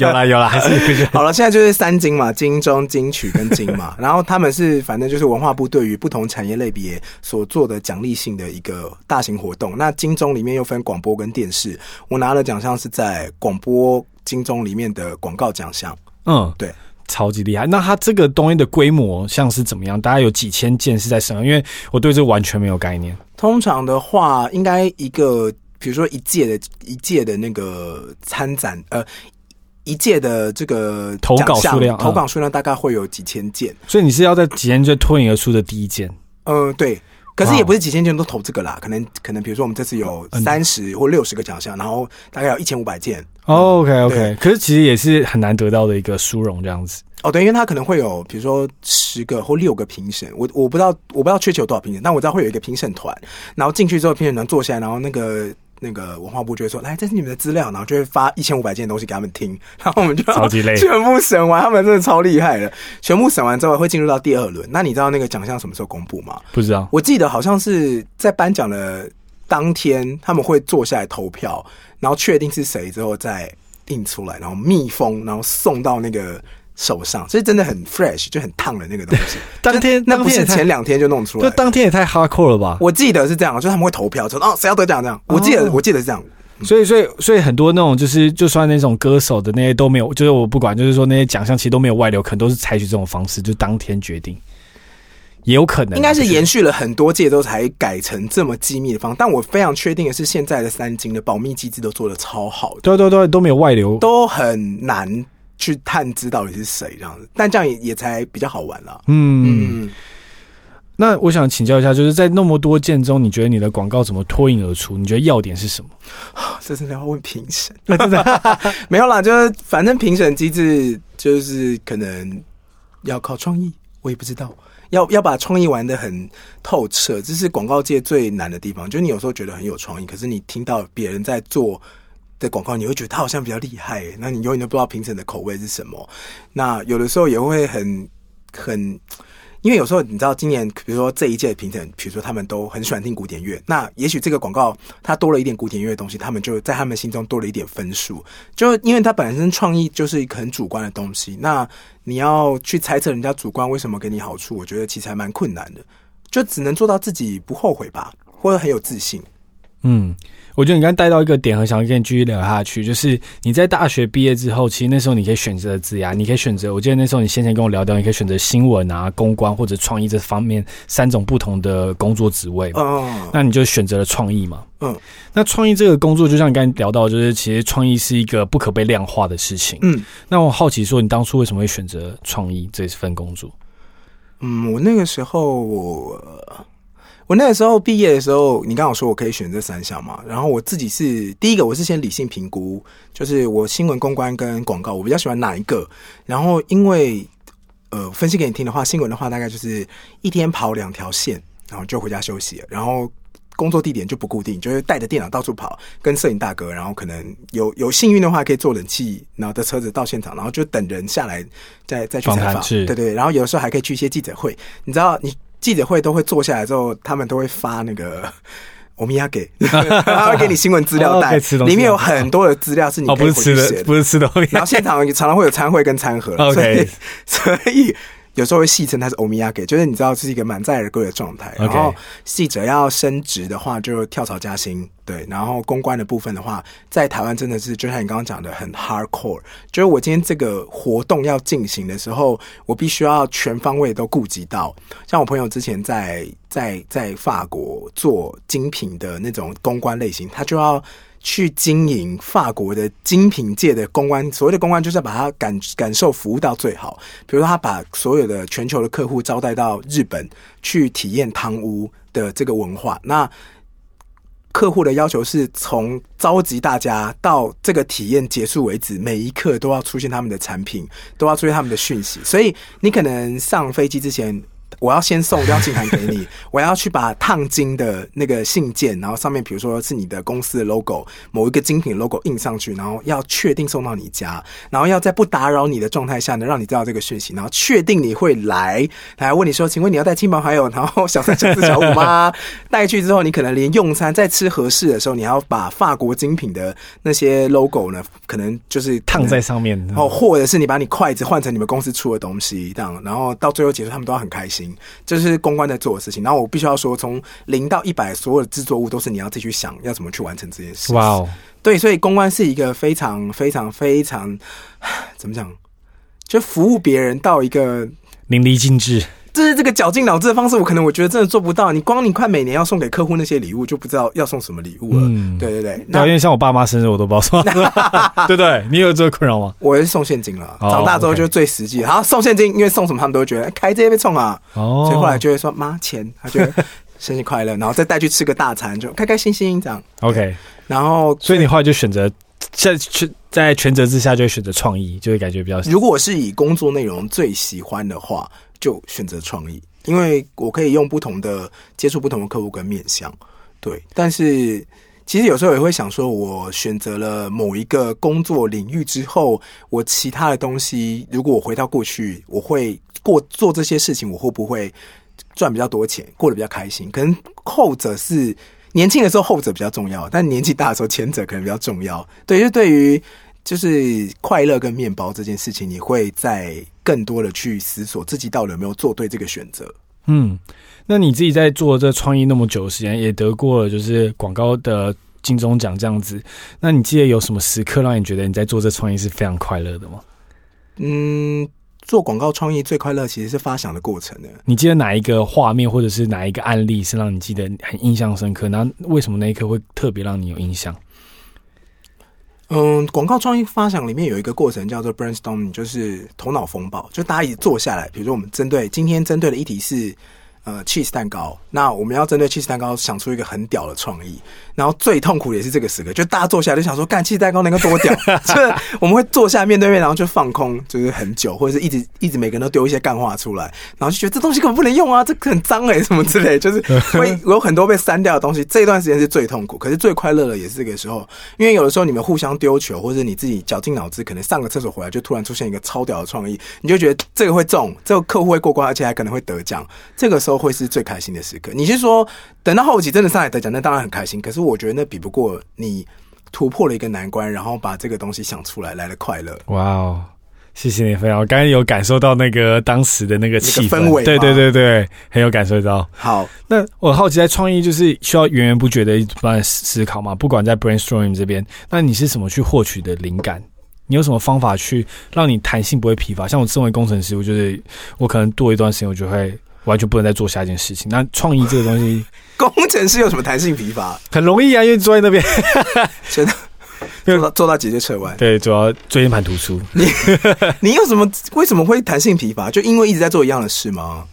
Speaker 3: 有啦有啦，还是有
Speaker 2: 好了，现在就是三金嘛，金钟、金曲跟金嘛。然后他们是反正就是文化部对于不同产业类别所做的奖励性的一个大型活动。那金钟里面又分广播跟电视，我拿的奖项是在广播金钟里面的广告奖项。
Speaker 3: 嗯，
Speaker 2: 对，
Speaker 3: 超级厉害。那它这个东西的规模像是怎么样？大概有几千件是在什么？因为我对这完全没有概念。
Speaker 2: 通常的话，应该一个，比如说一届的一届的那个参展，呃，一届的这个
Speaker 3: 投稿
Speaker 2: 奖项
Speaker 3: 数量嗯
Speaker 2: 投稿数量大概会有几千件。
Speaker 3: 所以你是要在几千就脱颖而出的第一件，
Speaker 2: 嗯，对。可是
Speaker 3: 哇
Speaker 2: 也不是几千件都投这个啦，可能可能比如说我们这次有
Speaker 3: 嗯
Speaker 2: 三十或六十个奖项，然后大概有一千五百件。
Speaker 3: 哦，OK，OK、OK
Speaker 2: 对
Speaker 3: OK，可是其实也是很难得到的一个殊荣这样子。
Speaker 2: 哦，对，因为他可能会有比如说十个或六个评审，我我不知道我不知道缺球多少评审，但我知道会有一个评审团，然后进去之后评审团坐下来，然后那个。那个文化部就会说：“来，这是你们的资料。”然后就会发一千五百件东西给他们听，然后我们就
Speaker 3: 超级
Speaker 2: [laughs]
Speaker 3: 累
Speaker 2: 全部审完，他们真的超厉害的。全部审完之后会进入到第二轮。那你知道那个奖项什么时候公布吗？
Speaker 3: 不知道
Speaker 2: 我记得好像是在颁奖的当天，他们会坐下来投票，然后确定是谁之后再印出来，然后密封，然后送到那个手上，所以真的很 fresh，就很烫的那个东西。
Speaker 3: [laughs] 当天
Speaker 2: 那不
Speaker 3: 当天
Speaker 2: 是
Speaker 3: 也太
Speaker 2: 前两天就弄出
Speaker 3: 这
Speaker 2: 来。
Speaker 3: 当天也太 hardcore 了吧？
Speaker 2: 我记得是这样，就是他们会投票，说哦谁要得奖这样。我记得、
Speaker 3: 哦
Speaker 2: 我记得是这样，
Speaker 3: 所以，所以，所以很多那种就是，就算那种歌手的那些都没有，就是我不管，就是说那些奖项其实都没有外流，可能都是采取这种方式，就当天决定，也有可能啊
Speaker 2: 应该是
Speaker 3: 不
Speaker 2: 延续了很多届之后才改成这么机密的方。但我非常确定的是，现在的三金的保密机制都做的超好的。
Speaker 3: 对对对都没有外流，
Speaker 2: 都很难去探知到底是谁这样子，但这样也也才比较好玩啦。
Speaker 3: 嗯。
Speaker 2: 嗯，
Speaker 3: 那我想请教一下，就是在那么多件中，你觉得你的广告怎么脱颖而出？你觉得要点是什么？
Speaker 2: 这是要问评审， [laughs] 真的没有啦，就是反正评审机制就是可能要靠创意，我也不知道。要要把创意玩的很透彻，这是广告界最难的地方。就是你有时候觉得很有创意，可是你听到别人在做的广告，你会觉得他好像比较厉害耶，那你永远都不知道评审的口味是什么。那有的时候也会很很。因为有时候你知道，今年比如说这一届的评审，比如说他们都很喜欢听古典乐，那也许这个广告它多了一点古典乐的东西，他们就在他们心中多了一点分数。就因为它本身创意就是一个很主观的东西，那你要去猜测人家主观为什么给你好处，我觉得其实还蛮困难的，就只能做到自己不后悔吧，或者很有自信。
Speaker 3: 嗯，我觉得你刚刚带到一个点，很想跟你继续聊下去，就是你在大学毕业之后，其实那时候你可以选择的职涯，你可以选择。我记得那时候你先前跟我聊到，你可以选择新闻啊、公关或者创意这方面三种不同的工作职位。
Speaker 2: 嗯
Speaker 3: 那你就选择了创意嘛？
Speaker 2: 嗯，
Speaker 3: 那创意这个工作，就像你刚才聊到，就是其实创意是一个不可被量化的事情。
Speaker 2: 嗯
Speaker 3: 那我好奇说，你当初为什么会选择创意这份工作？
Speaker 2: 嗯，我那个时候我我那个时候毕业的时候，你刚好说我可以选这三项嘛，然后我自己是第一个，我是先理性评估，就是我新闻公关跟广告，我比较喜欢哪一个，然后因为呃分析给你听的话，新闻的话大概就是一天跑两条线，然后就回家休息了，然后。工作地点就不固定，就是带着电脑到处跑，跟摄影大哥，然后可能有有幸运的话可以坐冷气，然后的车子到现场，然后就等人下来再再去
Speaker 3: 访
Speaker 2: 采
Speaker 3: 谈
Speaker 2: 访，
Speaker 3: 是
Speaker 2: 对对，然后有时候还可以去一些记者会，你知道，你记者会都会坐下来之后，他们都会发那个。 [laughs] 我们要给， [laughs] 他会给你新闻资料
Speaker 3: 哦可
Speaker 2: 袋
Speaker 3: 以吃，东西
Speaker 2: 里面有很多的资料是你
Speaker 3: 哦，
Speaker 2: 可
Speaker 3: 不
Speaker 2: 以回
Speaker 3: 是
Speaker 2: 去
Speaker 3: 吃
Speaker 2: 写
Speaker 3: 的，。不是吃的。啊 [laughs]
Speaker 2: 然后现场常常会有餐会跟餐盒
Speaker 3: OK
Speaker 2: 所以所以有时候会戏称它是欧米亚给，就是你知道是一个满载而归的状态。然
Speaker 3: OK
Speaker 2: 后记者要升职的话，就跳槽加薪，对。然后公关的部分的话，在台湾真的是就像你刚刚讲的，很 hardcore。就是我今天这个活动要进行的时候，我必须要全方位都顾及到。像我朋友之前在在在法国做精品的那种公关类型，他就要。去经营法国的精品界的公关，所谓的公关就是要把它感感受服务到最好。比如说，他把所有的全球的客户招待到日本去体验汤屋的这个文化。那客户的要求是从召集大家到这个体验结束为止，每一刻都要出现他们的产品，都要出现他们的讯息。所以你可能上飞机之前，我要先送邀请函给你，我要去把烫金的那个信件，然后上面比如说是你的公司的 logo，某一个精品 logo 印上去，然后要确定送到你家，然后要在不打扰你的状态下呢，让你知道这个讯息，然后确定你会来，来问你说，请问你要带亲朋好友，然后小三、小四、小五吗？ [laughs] 带去之后，你可能连用餐在吃合适的时候，你还要把法国精品的那些 logo 呢，可能就是
Speaker 3: 烫在上面，
Speaker 2: 然后或者是你把你筷子换成你们公司出的东西，这样，然后到最后结束，他们都要很开心，这是公关在做的事情。然后我必须要说，从零到一百，所有的制作物都是你要自己去想要怎么去完成这件事。
Speaker 3: 哇哦，
Speaker 2: 对，所以公关是一个非常非常非常 [sighs] 怎么讲，就服务别人到一个
Speaker 3: 淋漓尽致。
Speaker 2: 就是这个绞尽脑汁的方式，我可能我觉得真的做不到。你光你快每年要送给客户那些礼物，就不知道要送什么礼物了。
Speaker 3: 嗯
Speaker 2: 对对对，
Speaker 3: 对啊，
Speaker 2: 那
Speaker 3: 因为像我爸妈生日我都不知道送，对不对？你有这个困扰吗？
Speaker 2: 我是送现金了。
Speaker 3: 哦
Speaker 2: 长大之后
Speaker 3: OK
Speaker 2: 就最实际。好，送现金，因为送什么他们都会觉得哎开这些被冲啊，
Speaker 3: 哦，
Speaker 2: 所以后来就会说妈钱，他觉得生日快乐，然后再带去吃个大餐，就开开心心这样。
Speaker 3: OK，
Speaker 2: 然后
Speaker 3: 所以你后来就选择在全在全责之下就会选择创意，就会感觉比较
Speaker 2: 如果我是以工作内容最喜欢的话，就选择创意，因为我可以用不同的接触不同的客户跟面向。对，但是其实有时候也会想说，我选择了某一个工作领域之后，我其他的东西，如果我回到过去，我会过做这些事情，我会不会赚比较多钱，过得比较开心？可能后者是年轻的时候后者比较重要，但年纪大的时候前者可能比较重要。对，就对于就是快乐跟面包这件事情，你会在更多的去思索自己到底有没有做对这个选择。
Speaker 3: 嗯，那你自己在做这创意那么久的时间，也得过了就是广告的金钟奖这样子，那你记得有什么时刻让你觉得你在做这创意是非常快乐的吗？
Speaker 2: 嗯，做广告创意最快乐其实是发想的过程的。
Speaker 3: 你记得哪一个画面或者是哪一个案例是让你记得很印象深刻？那为什么那一刻会特别让你有印象？
Speaker 2: 嗯，广告创意发想里面有一个过程叫做 brainstorming，就是头脑风暴，就大家一起坐下来，比如说我们针对今天针对的议题是呃 cheese 蛋糕，那我们要针对 cheese 蛋糕想出一个很屌的创意，然后最痛苦的也是这个时刻，就大家坐下来就想说，干 cheese 蛋糕能够多屌，就是我们会坐下面对面，然后就放空，就是很久，或者是一直一直每个人都丢一些干话出来，然后就觉得这东西根本不能用啊，这个很脏哎、 [laughs] 什么之类，就是会有很多被删掉的东西。这一段时间是最痛苦，可是最快乐的也是这个时候，因为有的时候你们互相丢球，或者你自己绞尽脑汁，可能上个厕所回来就突然出现一个超屌的创意，你就觉得这个会中， [laughs] 这个客户会过关，而且还可能会得奖。这个时候会是最开心的时刻。你是说等到后期真的上来得奖，那当然很开心，可是我觉得那比不过你突破了一个难关，然后把这个东西想出来来的快乐。
Speaker 3: 哇哦！谢谢你分享，我刚刚有感受到那个当时的那个气
Speaker 2: 那个氛围吗
Speaker 3: 对对对对，很有感受到。
Speaker 2: 好，
Speaker 3: 那我好奇，在创意就是需要源源不绝的一直不断地思考嘛，不管在 brainstorming 这边，那你是怎么去获取的灵感？你有什么方法去让你弹性不会疲乏？像我身为工程师，我就是我可能做一段时间，我就会完全不能再做下一件事情。那创意这个东西
Speaker 2: 工程师有什么弹性疲乏？
Speaker 3: [laughs] 很容易啊，因为坐在那边，
Speaker 2: 真的。做到做到直接撤完，
Speaker 3: 对，主要椎间盘突出。
Speaker 2: 你有什么为什么会弹性疲乏？就因为一直在做一样的事吗？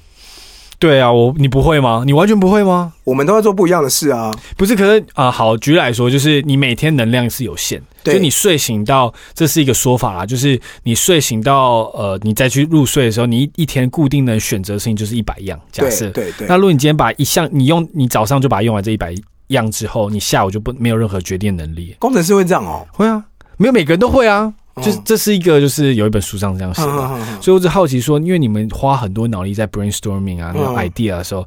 Speaker 3: 对啊，我你不会吗？你完全不会吗？
Speaker 2: 我们都在做不一样的事啊。
Speaker 3: 不是，可是啊、呃好，举例来说，就是你每天能量是有限，
Speaker 2: 对
Speaker 3: 就你睡醒到，这是一个说法啦，就是你睡醒到呃，你再去入睡的时候，你一一天固定能选择的事情就是一百样，假
Speaker 2: 对
Speaker 3: 设。
Speaker 2: 对对，
Speaker 3: 那如果你今天把一项，你用你早上就把它用完这一百样之后，你下午就不没有任何决定能力。
Speaker 2: 工程师会这样哦。
Speaker 3: 会啊，没有每个人都会啊，就是
Speaker 2: 嗯
Speaker 3: 这是一个，就是有一本书上这样写
Speaker 2: 哼
Speaker 3: 的。
Speaker 2: 哼哼哼
Speaker 3: 所以我只好奇说，因为你们花很多脑力在 brainstorming 啊、那种
Speaker 2: 嗯
Speaker 3: idea 的时候，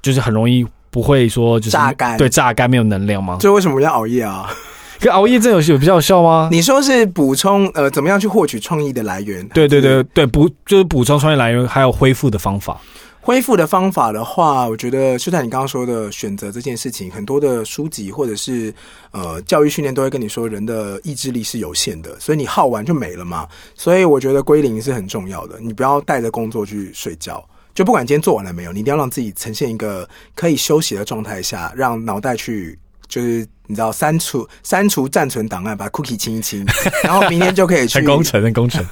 Speaker 3: 就是很容易不会说就是
Speaker 2: 榨干
Speaker 3: 对榨干没有能量吗？
Speaker 2: 所以为什么要熬夜啊？ [laughs]
Speaker 3: 可熬夜这游戏有比较有效吗？
Speaker 2: 你说是补充呃，怎么样去获取创意的来源？
Speaker 3: 对对对，对，补就是补充创业来源，还有恢复的方法。
Speaker 2: 恢复的方法的话，我觉得就像你刚刚说的，选择这件事情，很多的书籍或者是呃教育训练都会跟你说，人的意志力是有限的，所以你耗完就没了嘛。所以我觉得归零是很重要的，你不要带着工作去睡觉。就不管今天做完了没有，你一定要让自己呈现一个可以休息的状态下，让脑袋去就是你知道删除 [laughs] 删除暂存档案，把 cookie 清一清，然后明天就可以
Speaker 3: [laughs]
Speaker 2: 去
Speaker 3: 很工程，很工程。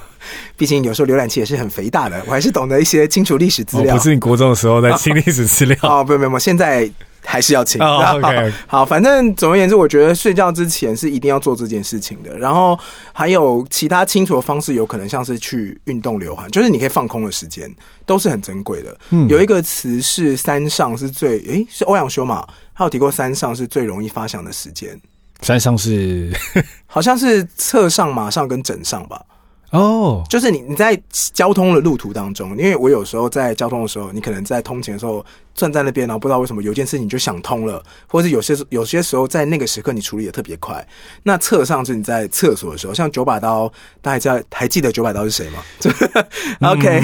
Speaker 2: 毕竟有时候浏览器也是很肥大的，我还是懂得一些清除历史资
Speaker 3: 我
Speaker 2: 料。
Speaker 3: 哦不是你国中的时候在清历史资料。
Speaker 2: [laughs]
Speaker 3: [laughs]
Speaker 2: 哦，不不不，现在还是要清。
Speaker 3: 哦，OK，OK
Speaker 2: [laughs] 好，反正总而言之，我觉得睡觉之前是一定要做这件事情的。然后还有其他清除的方式，有可能像是去运动流汗，就是你可以放空的时间，都是很珍贵的。
Speaker 3: 嗯
Speaker 2: 有一个词是山上是最，诶、是欧阳修嘛？他有提过山上是最容易发想的时间，
Speaker 3: 山上是
Speaker 2: 好像是侧上、马上跟枕上吧。
Speaker 3: 哦，
Speaker 2: 就是你你在交通的路途当中，因为我有时候在交通的时候，你可能在通勤的时候站在那边，然后不知道为什么有一件事情你就想通了，或者是有些时有些时候在那个时刻你处理的特别快。那侧上是你在厕所的时候，像九把刀，大家还记得还记得九把刀是谁吗 [laughs]
Speaker 3: 嗯
Speaker 2: ？OK，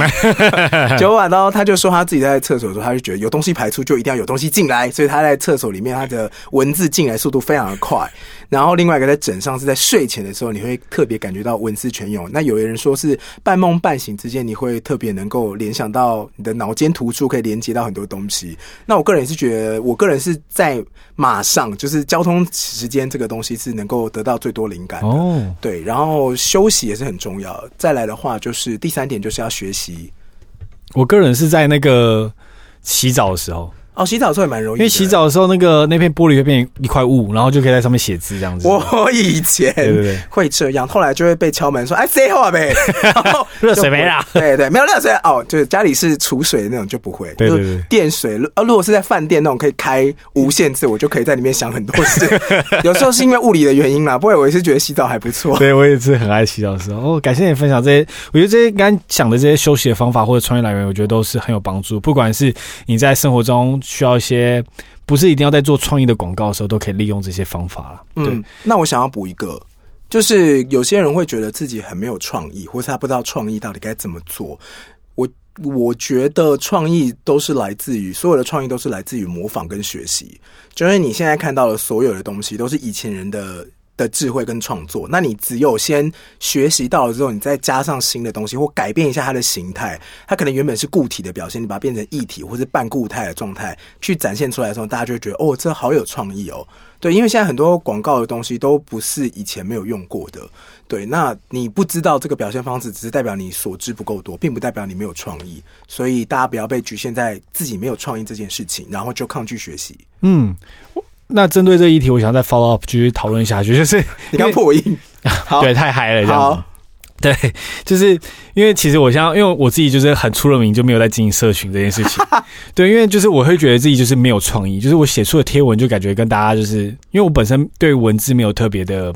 Speaker 2: 九把刀他就说他自己在厕所的时候，他就觉得有东西排出就一定要有东西进来，所以他在厕所里面他的文字进来速度非常的快。然后另外一个在枕上是在睡前的时候，你会特别感觉到文思泉涌。那有的人说是半梦半醒之间，你会特别能够联想到你的脑间突触，可以连接到很多东西。那我个人是觉得，我个人是在马上，就是交通时间这个东西是能够得到最多灵感的。
Speaker 3: 哦，
Speaker 2: 对，然后休息也是很重要。再来的话，就是第三点就是要学习
Speaker 3: 我个人是在那个洗澡的时候，
Speaker 2: 哦，洗澡的时候也蛮容易，
Speaker 3: 因为洗。澡的时候，那个那片玻璃会变一块雾，然后就可以在上面写字这样子。
Speaker 2: 我以前
Speaker 3: 对 [laughs] 对对
Speaker 2: 会这样，后来就会被敲门说：“哎，谁好
Speaker 3: [laughs]
Speaker 2: 呗？”然后
Speaker 3: 热水没啦
Speaker 2: 就不对对，没有热水哦，就是家里是储水的那种就不会。
Speaker 3: 对对对
Speaker 2: 就是电水。呃，如果是在饭店那种可以开无限制，我就可以在里面想很多
Speaker 3: [laughs]
Speaker 2: 事。有时候是因为物理的原因啦，不然我也是觉得洗澡还不错。
Speaker 3: [laughs] 对，我也是很爱洗澡的时候。哦，感谢你分享这些，我觉得这些刚刚讲的这些休息的方法或者创业来源，我觉得都是很有帮助。不管是你在生活中需要一些，不是一定要在做创意的广告的时候，都可以利用这些方法了。对，
Speaker 2: 嗯，那我想要补一个，就是有些人会觉得自己很没有创意，或是他不知道创意到底该怎么做。我我觉得创意都是来自于所有的创意都是来自于模仿跟学习，就是你现在看到的所有的东西都是以前人的。的智慧跟创作，那你只有先学习到了之后，你再加上新的东西，或改变一下它的形态，它可能原本是固体的表现，你把它变成液体或是半固态的状态去展现出来的时候，大家就会觉得哦，这好有创意哦。对，因为现在很多广告的东西都不是以前没有用过的。对，那你不知道这个表现方式，只是代表你所知不够多，并不代表你没有创意。所以大家不要被局限在自己没有创意这件事情，然后就抗拒学习。
Speaker 3: 嗯，那针对这一题，我想再 follow up 继续讨论下 [laughs] 去，就是
Speaker 2: 你刚破
Speaker 3: [laughs]
Speaker 2: 音，好，
Speaker 3: 对太嗨了这样子
Speaker 2: 好。，
Speaker 3: [laughs] 对，就是因为其实我像，因为我自己就是很出了名就没有在经营社群这件事情。对，因为就是我会觉得自己就是没有创意，就是我写出的贴文就感觉跟大家就是，因为我本身对文字没有特别的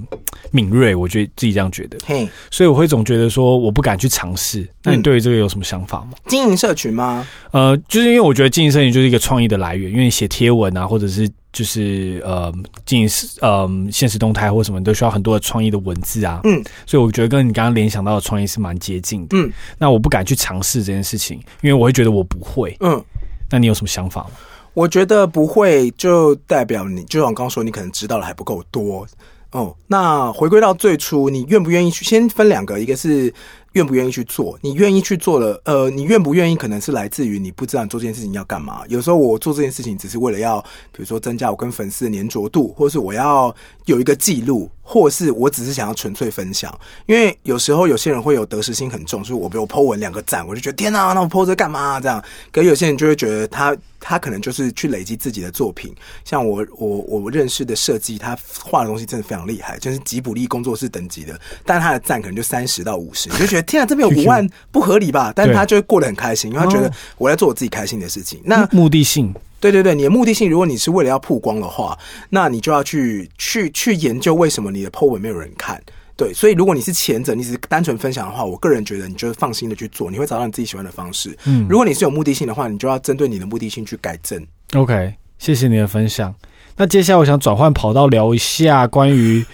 Speaker 3: 敏锐，我觉得自己这样觉得，
Speaker 2: 嘿，
Speaker 3: 所以我会总觉得说我不敢去尝试。那你对于这个有什么想法吗？
Speaker 2: 经营社群吗？
Speaker 3: 呃，就是因为我觉得经营摄影就是一个创意的来源，因为你写贴文啊，或者是就是呃经营呃现实动态或什么，你都需要很多的创意的文字啊。
Speaker 2: 嗯，
Speaker 3: 所以我觉得跟你刚刚联想到的创意是蛮接近的。
Speaker 2: 嗯，
Speaker 3: 那我不敢去尝试这件事情，因为我会觉得我不会。
Speaker 2: 嗯，
Speaker 3: 那你有什么想法吗？
Speaker 2: 我觉得不会，就代表你，就像我刚说，你可能知道的还不够多。哦，那回归到最初，你愿不愿意去？先分两个，一个是愿不愿意去做，你愿意去做了，呃，你愿不愿意可能是来自于你不知道你做这件事情要干嘛。有时候我做这件事情只是为了要，比如说增加我跟粉丝的粘着度，或是我要有一个记录，或是我只是想要纯粹分享。因为有时候有些人会有得失心很重，就是我比如 Po 文两个赞，我就觉得天哪、那我 Po 哎这干嘛、这样，可有些人就会觉得他他可能就是去累积自己的作品。像我我我认识的设计，他画的东西真的非常厉害，就是吉卜力工作室等级的，但他的赞可能就三十到五十，你就觉得天啊，这边有五万不合理吧？但是他就会过得很开心，因为他觉得我在做我自己开心的事情。那
Speaker 3: 目的性，
Speaker 2: 对对对，你的目的性，如果你是为了要曝光的话，那你就要去去去研究为什么你的 po 文没有人看。对，所以如果你是前者，你只是单纯分享的话，我个人觉得你就是放心的去做，你会找到你自己喜欢的方式。
Speaker 3: 嗯
Speaker 2: 如果你是有目的性的话，你就要针对你的目的性去改正。
Speaker 3: ，OK，谢谢你的分享。那接下来我想转换跑道聊一下关于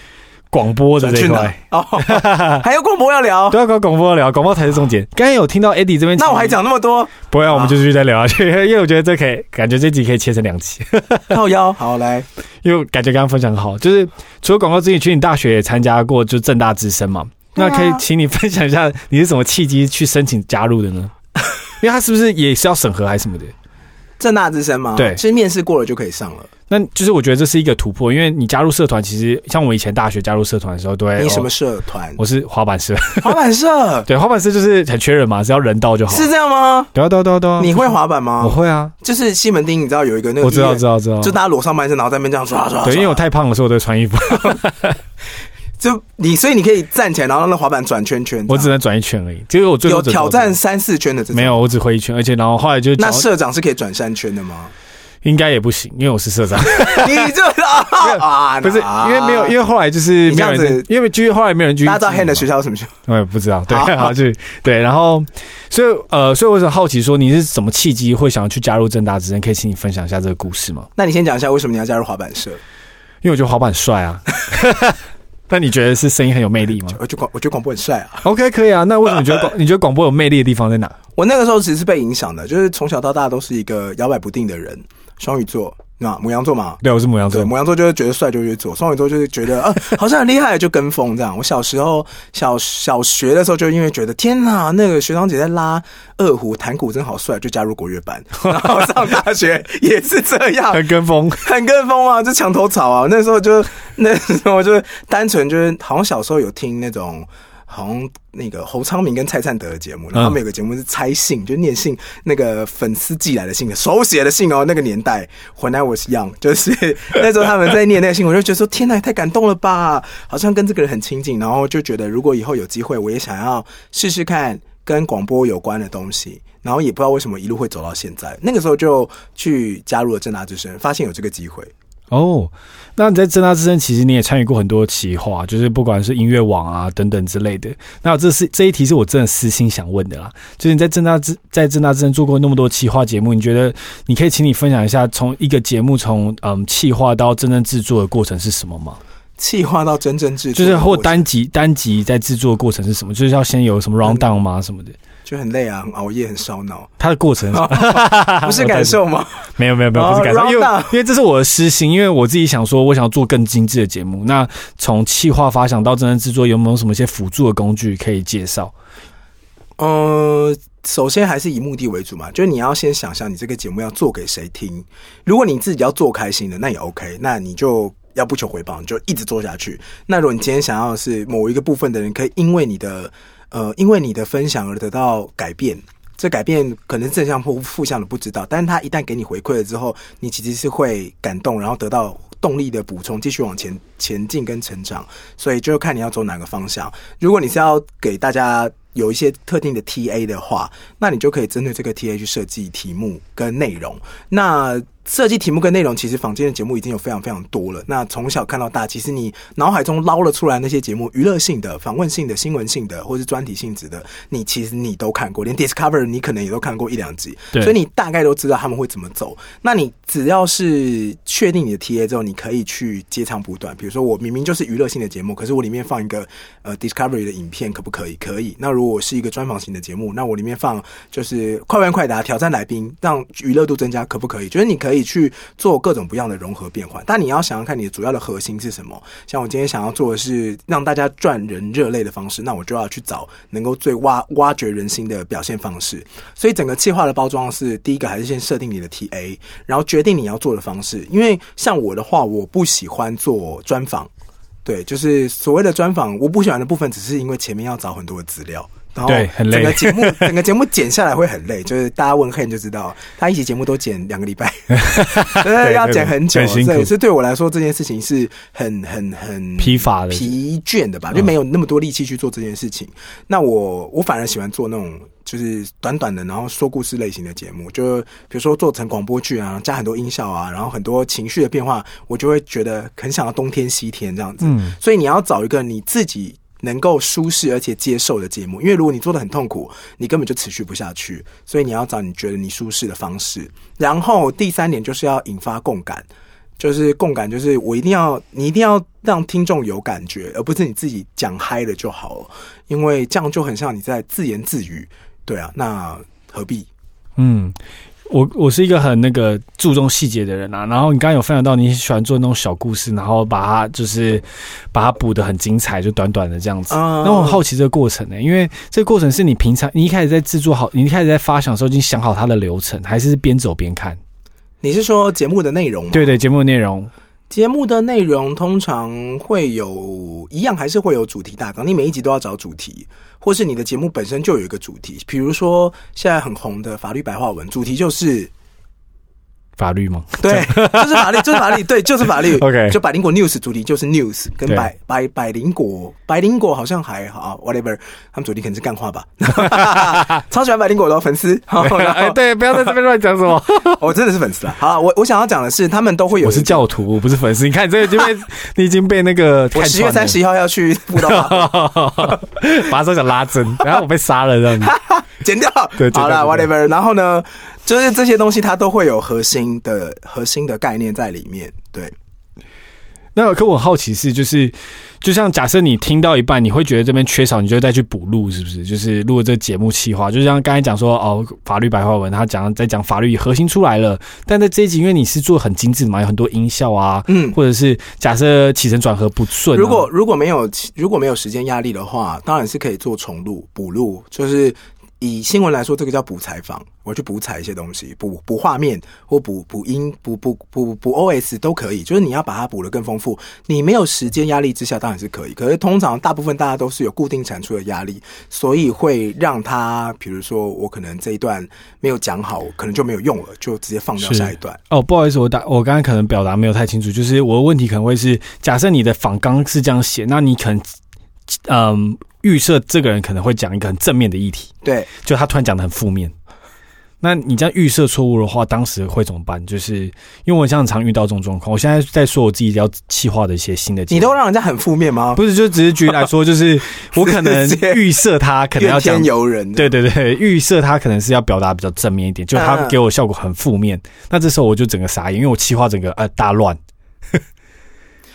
Speaker 3: 广播的这一
Speaker 2: 去
Speaker 3: 块
Speaker 2: 哪。 [laughs] 哦，还有广播要聊，
Speaker 3: 都要跟广播聊，广播才是重点。刚才有听到 Eddie 这边，
Speaker 2: 那我还讲那么
Speaker 3: [laughs]
Speaker 2: 多，
Speaker 3: 不会啊，我 [laughs] 们就继续再聊下去，因为我觉得这可以，感觉这集可以切成两集， [laughs]
Speaker 2: 靠腰，好来，
Speaker 3: 因为我感觉刚刚分享很好，就是除了广告之前，其实你大学也参加过就正大之声嘛，
Speaker 2: 对
Speaker 3: 那
Speaker 2: 啊
Speaker 3: 可以请你分享一下你是什么契机去申请加入的
Speaker 2: [laughs]
Speaker 3: 呢？因为他是不是也是要审核还是什么的？
Speaker 2: 正大之声吗？
Speaker 3: 对
Speaker 2: 其实面试过了就可以上了。
Speaker 3: 那就是我觉得这是一个突破，因为你加入社团，其实像我以前大学加入社团的时候，都会
Speaker 2: 你什么
Speaker 3: 哦
Speaker 2: 社团？
Speaker 3: 我是滑板社， [laughs]
Speaker 2: 滑板社
Speaker 3: 对，滑板社就是很缺人嘛，只要人到
Speaker 2: [laughs]
Speaker 3: 就好。
Speaker 2: 是这样吗？
Speaker 3: 对啊，对啊，对啊，对啊，
Speaker 2: 你会滑板吗
Speaker 3: 我？会啊，
Speaker 2: 就是西门町，你知道有一个那个
Speaker 3: 我知
Speaker 2: 医
Speaker 3: 道，
Speaker 2: 院
Speaker 3: 知道，知道
Speaker 2: 就。大家裸上半身，然后在那边这样刷刷。
Speaker 3: 哦对，因为我
Speaker 2: 他
Speaker 3: 太胖了，所以我都会穿
Speaker 2: [laughs]
Speaker 3: 衣服，
Speaker 2: 就你，所以你可以站起来，然后让那滑板转圈圈。
Speaker 3: 我只能转一圈而已。结果我最后
Speaker 2: 有
Speaker 3: 只
Speaker 2: 挑
Speaker 3: 做
Speaker 2: 战三四圈的这种
Speaker 3: 没。有，我只挥一圈，而且然后后来就
Speaker 2: 那
Speaker 3: 脚
Speaker 2: 社长是可以转三圈的
Speaker 3: [laughs]
Speaker 2: 吗？
Speaker 3: 应该也不行，因为我
Speaker 2: [laughs]
Speaker 3: 是社长，
Speaker 2: 你
Speaker 3: [laughs]
Speaker 2: 这啊，
Speaker 3: 不是因为没有，因
Speaker 2: 为
Speaker 3: 为后来就是没有
Speaker 2: 你这样
Speaker 3: 人
Speaker 2: 子，
Speaker 3: 因为就是后来没有人去。
Speaker 2: 大家知道 Hand 的学
Speaker 3: 校，
Speaker 2: 校是什么学校？
Speaker 3: 我也不知道，对，
Speaker 2: 好
Speaker 3: 好就是对，然后所以呃，所以我很好奇说你是什么契机会想要去加入正大之声，可以请你分享一下这个故事吗？
Speaker 2: 那你先讲一下为什么你要加入滑板社？
Speaker 3: 因为我觉得滑板很帅
Speaker 2: [laughs]
Speaker 3: 啊。那你觉得是声音很有魅力吗
Speaker 2: 我觉得广，我觉得广播很帅啊。
Speaker 3: ？OK，可以啊。那为什么你觉得广你觉得广播有魅力的地方在哪？
Speaker 2: 我那个时候其实是被影响的，就是从小到大都是一个摇摆不定的人，双鱼座，那母羊座嘛。
Speaker 3: 对，我是母羊座
Speaker 2: 对，。母羊座就是觉得帅就越做，双鱼座就是觉得啊，好像很厉害就跟风这样。我小时候小小学的时候，就因为觉得天哪，那个学长姐在拉二胡弹鼓真好帅，就加入国乐班。然后上大学也是这样，
Speaker 3: 很跟风，
Speaker 2: 很跟风啊，就墙头草啊。那时候就那时候就单纯就是，好像小时候有听那种好像那个侯昌明跟蔡灿德的节目，然后他们有个节目是拆信，就念信，那个粉丝寄来的信，手写的信哦，那个年代，When I was young，就是那时候他们在念那个信，我就觉得说天呐，也太感动了吧，好像跟这个人很亲近，然后就觉得如果以后有机会，我也想要试试看跟广播有关的东西。然后也不知道为什么一路会走到现在，那个时候就去加入了正大之声，发现有这个机会。
Speaker 3: 哦，那你在正大之声，其实你也参与过很多企划，就是不管是音乐网啊等等之类的。那这是这一题是我真的私心想问的啦，就是你在正大之在正大之声做过那么多企划节目，你觉得你可以请你分享一下从一个节目从嗯企划到真正制作的过程是什么吗？
Speaker 2: 气化到真正制
Speaker 3: 就
Speaker 2: 作，
Speaker 3: 是或单集单集在制作的过程是什么？就是要先有什么 round down 吗？什么的？
Speaker 2: 就很累啊，很熬夜，很烧
Speaker 3: [laughs]
Speaker 2: 脑，
Speaker 3: 它的过程是什么
Speaker 2: 不是感受吗？
Speaker 3: 没有没有没有，
Speaker 2: 哦
Speaker 3: 不是感受，因为
Speaker 2: round up
Speaker 3: 因为这是我的私心，因为我自己想说，我想要做更精致的节目。那从企划发想到真正制作，有没有什么一些辅助的工具可以介绍？
Speaker 2: 呃，首先还是以目的为主嘛，就是你要先想象你这个节目要做给谁听。如果你自己要做开心的，那也 OK，那你就要不求回报，你就一直做下去。那如果你今天想要的是某一个部分的人，可以因为你的呃，因为你的分享而得到改变。这改变可能是正向或负向的不知道，但是他一旦给你回馈了之后，你其实是会感动，然后得到动力的补充，继续往前前进跟成长。所以就看你要走哪个方向。如果你是要给大家有一些特定的 TA 的话，那你就可以针对这个 TA 去设计题目跟内容。那设计题目跟内容，其实坊间的节目已经有非常非常多了。那从小看到大，其实你脑海中捞了出来那些节目，娱乐性的、访问性的、新闻性的，或是专题性质的，你其实你都看过，连 Discover 你可能也都看过一两集，
Speaker 3: 对
Speaker 2: 所以你大概都知道他们会怎么走。那你只要是确定你的 TA 之后，你可以去接长补短。比如说，我明明就是娱乐性的节目，可是我里面放一个呃 Discovery 的影片，可不可以？可以。那如果我是一个专访型的节目，那我里面放就是快问快答、挑战来宾，让娱乐度增加，可不可以？就是你可以去做各种不一样的融合变换，但你要想想看你的主要的核心是什么。像我今天想要做的是让大家赚人热泪的方式，那我就要去找能够最挖挖掘人心的表现方式。所以整个企划的包装是第一个还是先设定你的 TA，然后决定你要做的方式。因为像我的话，我不喜欢做专访，对，就是所谓的专访，我不喜欢的部分，只是因为前面要找很多的资料。然后
Speaker 3: 对很累
Speaker 2: 整个节目整个节目剪下来会很累，就是大家问 Hen 就知道，他一集节目都剪两个礼拜， [laughs] 对，要剪很久，
Speaker 3: 很
Speaker 2: 所以
Speaker 3: 辛苦
Speaker 2: 所以对我来说这件事情是很很很
Speaker 3: 疲乏的嗯
Speaker 2: 疲倦的吧，就没有那么多力气去做这件事情。那我我反而喜欢做那种就是短短的，然后说故事类型的节目，就比如说做成广播剧啊，加很多音效啊，然后很多情绪的变化，我就会觉得很想要冬天西天这样子。
Speaker 3: 嗯，
Speaker 2: 所以你要找一个你自己。能够舒适而且接受的节目，因为如果你做的很痛苦，你根本就持续不下去。所以你要找你觉得你舒适的方式。然后第三点就是要引发共感，就是共感，就是我一定要，你一定要让听众有感觉，而不是你自己讲嗨了就好了，因为这样就很像你在自言自语。对啊，那何必？
Speaker 3: 嗯，我我是一个很那个注重细节的人啊。然后你刚刚有分享到你喜欢做那种小故事，然后把它就是把它补的很精彩，就短短的这样子。
Speaker 2: 啊
Speaker 3: 那我很好奇这个过程呢、因为这个过程是你平常你一开始在制作好，你一开始在发想的时候已经想好它的流程，还是边走边看？
Speaker 2: 你是说节目的内容吗？
Speaker 3: 对对，节目内容
Speaker 2: 节目的内容通常会有一样，还是会有主题大纲。你每一集都要找主题，或是你的节目本身就有一个主题。比如说现在很红的法律白话文，主题
Speaker 3: [laughs]
Speaker 2: 就是
Speaker 3: 法律吗？
Speaker 2: 对，就是法律，就是
Speaker 3: [laughs]
Speaker 2: 法律，对，就是法律。
Speaker 3: OK
Speaker 2: 就百灵果 news 主题就是 news，跟
Speaker 3: 对
Speaker 2: 百百百灵果，百灵果好像还好，whatever，他们主题可能是干话吧。 [laughs] 超喜欢百灵果的哦粉丝，然后然
Speaker 3: 哎，
Speaker 2: 后
Speaker 3: 对，不要在这边乱讲什么。
Speaker 2: 我真的是粉丝啊。好啊，我我想要讲的是，他们都会有
Speaker 3: [laughs] 我
Speaker 2: 一
Speaker 3: 是
Speaker 2: 个
Speaker 3: 教徒，我不是粉丝。你看，这个就 [laughs] 被你已经被那个看
Speaker 2: 我十月
Speaker 3: 穿了
Speaker 2: 三
Speaker 3: [laughs]
Speaker 2: 十，一号要去布道会
Speaker 3: 马上想拉 [laughs] 针，然后我被杀了这 [laughs] 样子。
Speaker 2: [laughs] 剪掉，
Speaker 3: 对剪掉
Speaker 2: 好啦
Speaker 3: 剪
Speaker 2: whatever。然后呢，就是这些东西它都会有核心的核心的概念在里面。对，
Speaker 3: 那可我很好奇是，就是就像假设你听到一半，你会觉得这边缺少，你就再去补录，是不是？就是录了这个节目企划，就像刚才讲说哦，法律白话文，他讲在讲法律核心出来了，但在这一集，因为你是做很精致嘛，有很多音效啊，
Speaker 2: 嗯，
Speaker 3: 或者是假设起承转合不顺啊、
Speaker 2: 如果如果没有如果没有时间压力的话，当然是可以做重录、补录，就是。以新闻来说，这个叫补采访，我去补采一些东西，补补画面或补补音、补补补补 OS 都可以，就是你要把它补得更丰富。你没有时间压力之下，当然是可以。可是通常大部分大家都是有固定产出的压力，所以会让它，比如说我可能这一段没有讲好，可能就没有用了，就直接放掉
Speaker 3: 是
Speaker 2: 下一段。
Speaker 3: 哦，不好意思，我打我刚刚可能表达没有太清楚，就是我的问题可能会是，假设你的访纲是这样写，那你可能嗯预设这个人可能会讲一个很正面的议题，
Speaker 2: 对，
Speaker 3: 就他突然讲的很负面。那你这样预设错误的话，当时会怎么办？就是因为我现在很常遇到这种状况，我现在在说我自己要企划的一些新的节目，
Speaker 2: 你都让人家很负面吗？
Speaker 3: 不是就只是举例来
Speaker 2: [laughs]
Speaker 3: 说，就是我可能
Speaker 2: 直接
Speaker 3: 预设他可能要
Speaker 2: 怨
Speaker 3: 讲
Speaker 2: 天尤人，
Speaker 3: 对对对，预设他可能是要表达比较正面一点，就他
Speaker 2: 嗯
Speaker 3: 给我效果很负面，那这时候我就整个傻眼，因为我气化整个呃大乱，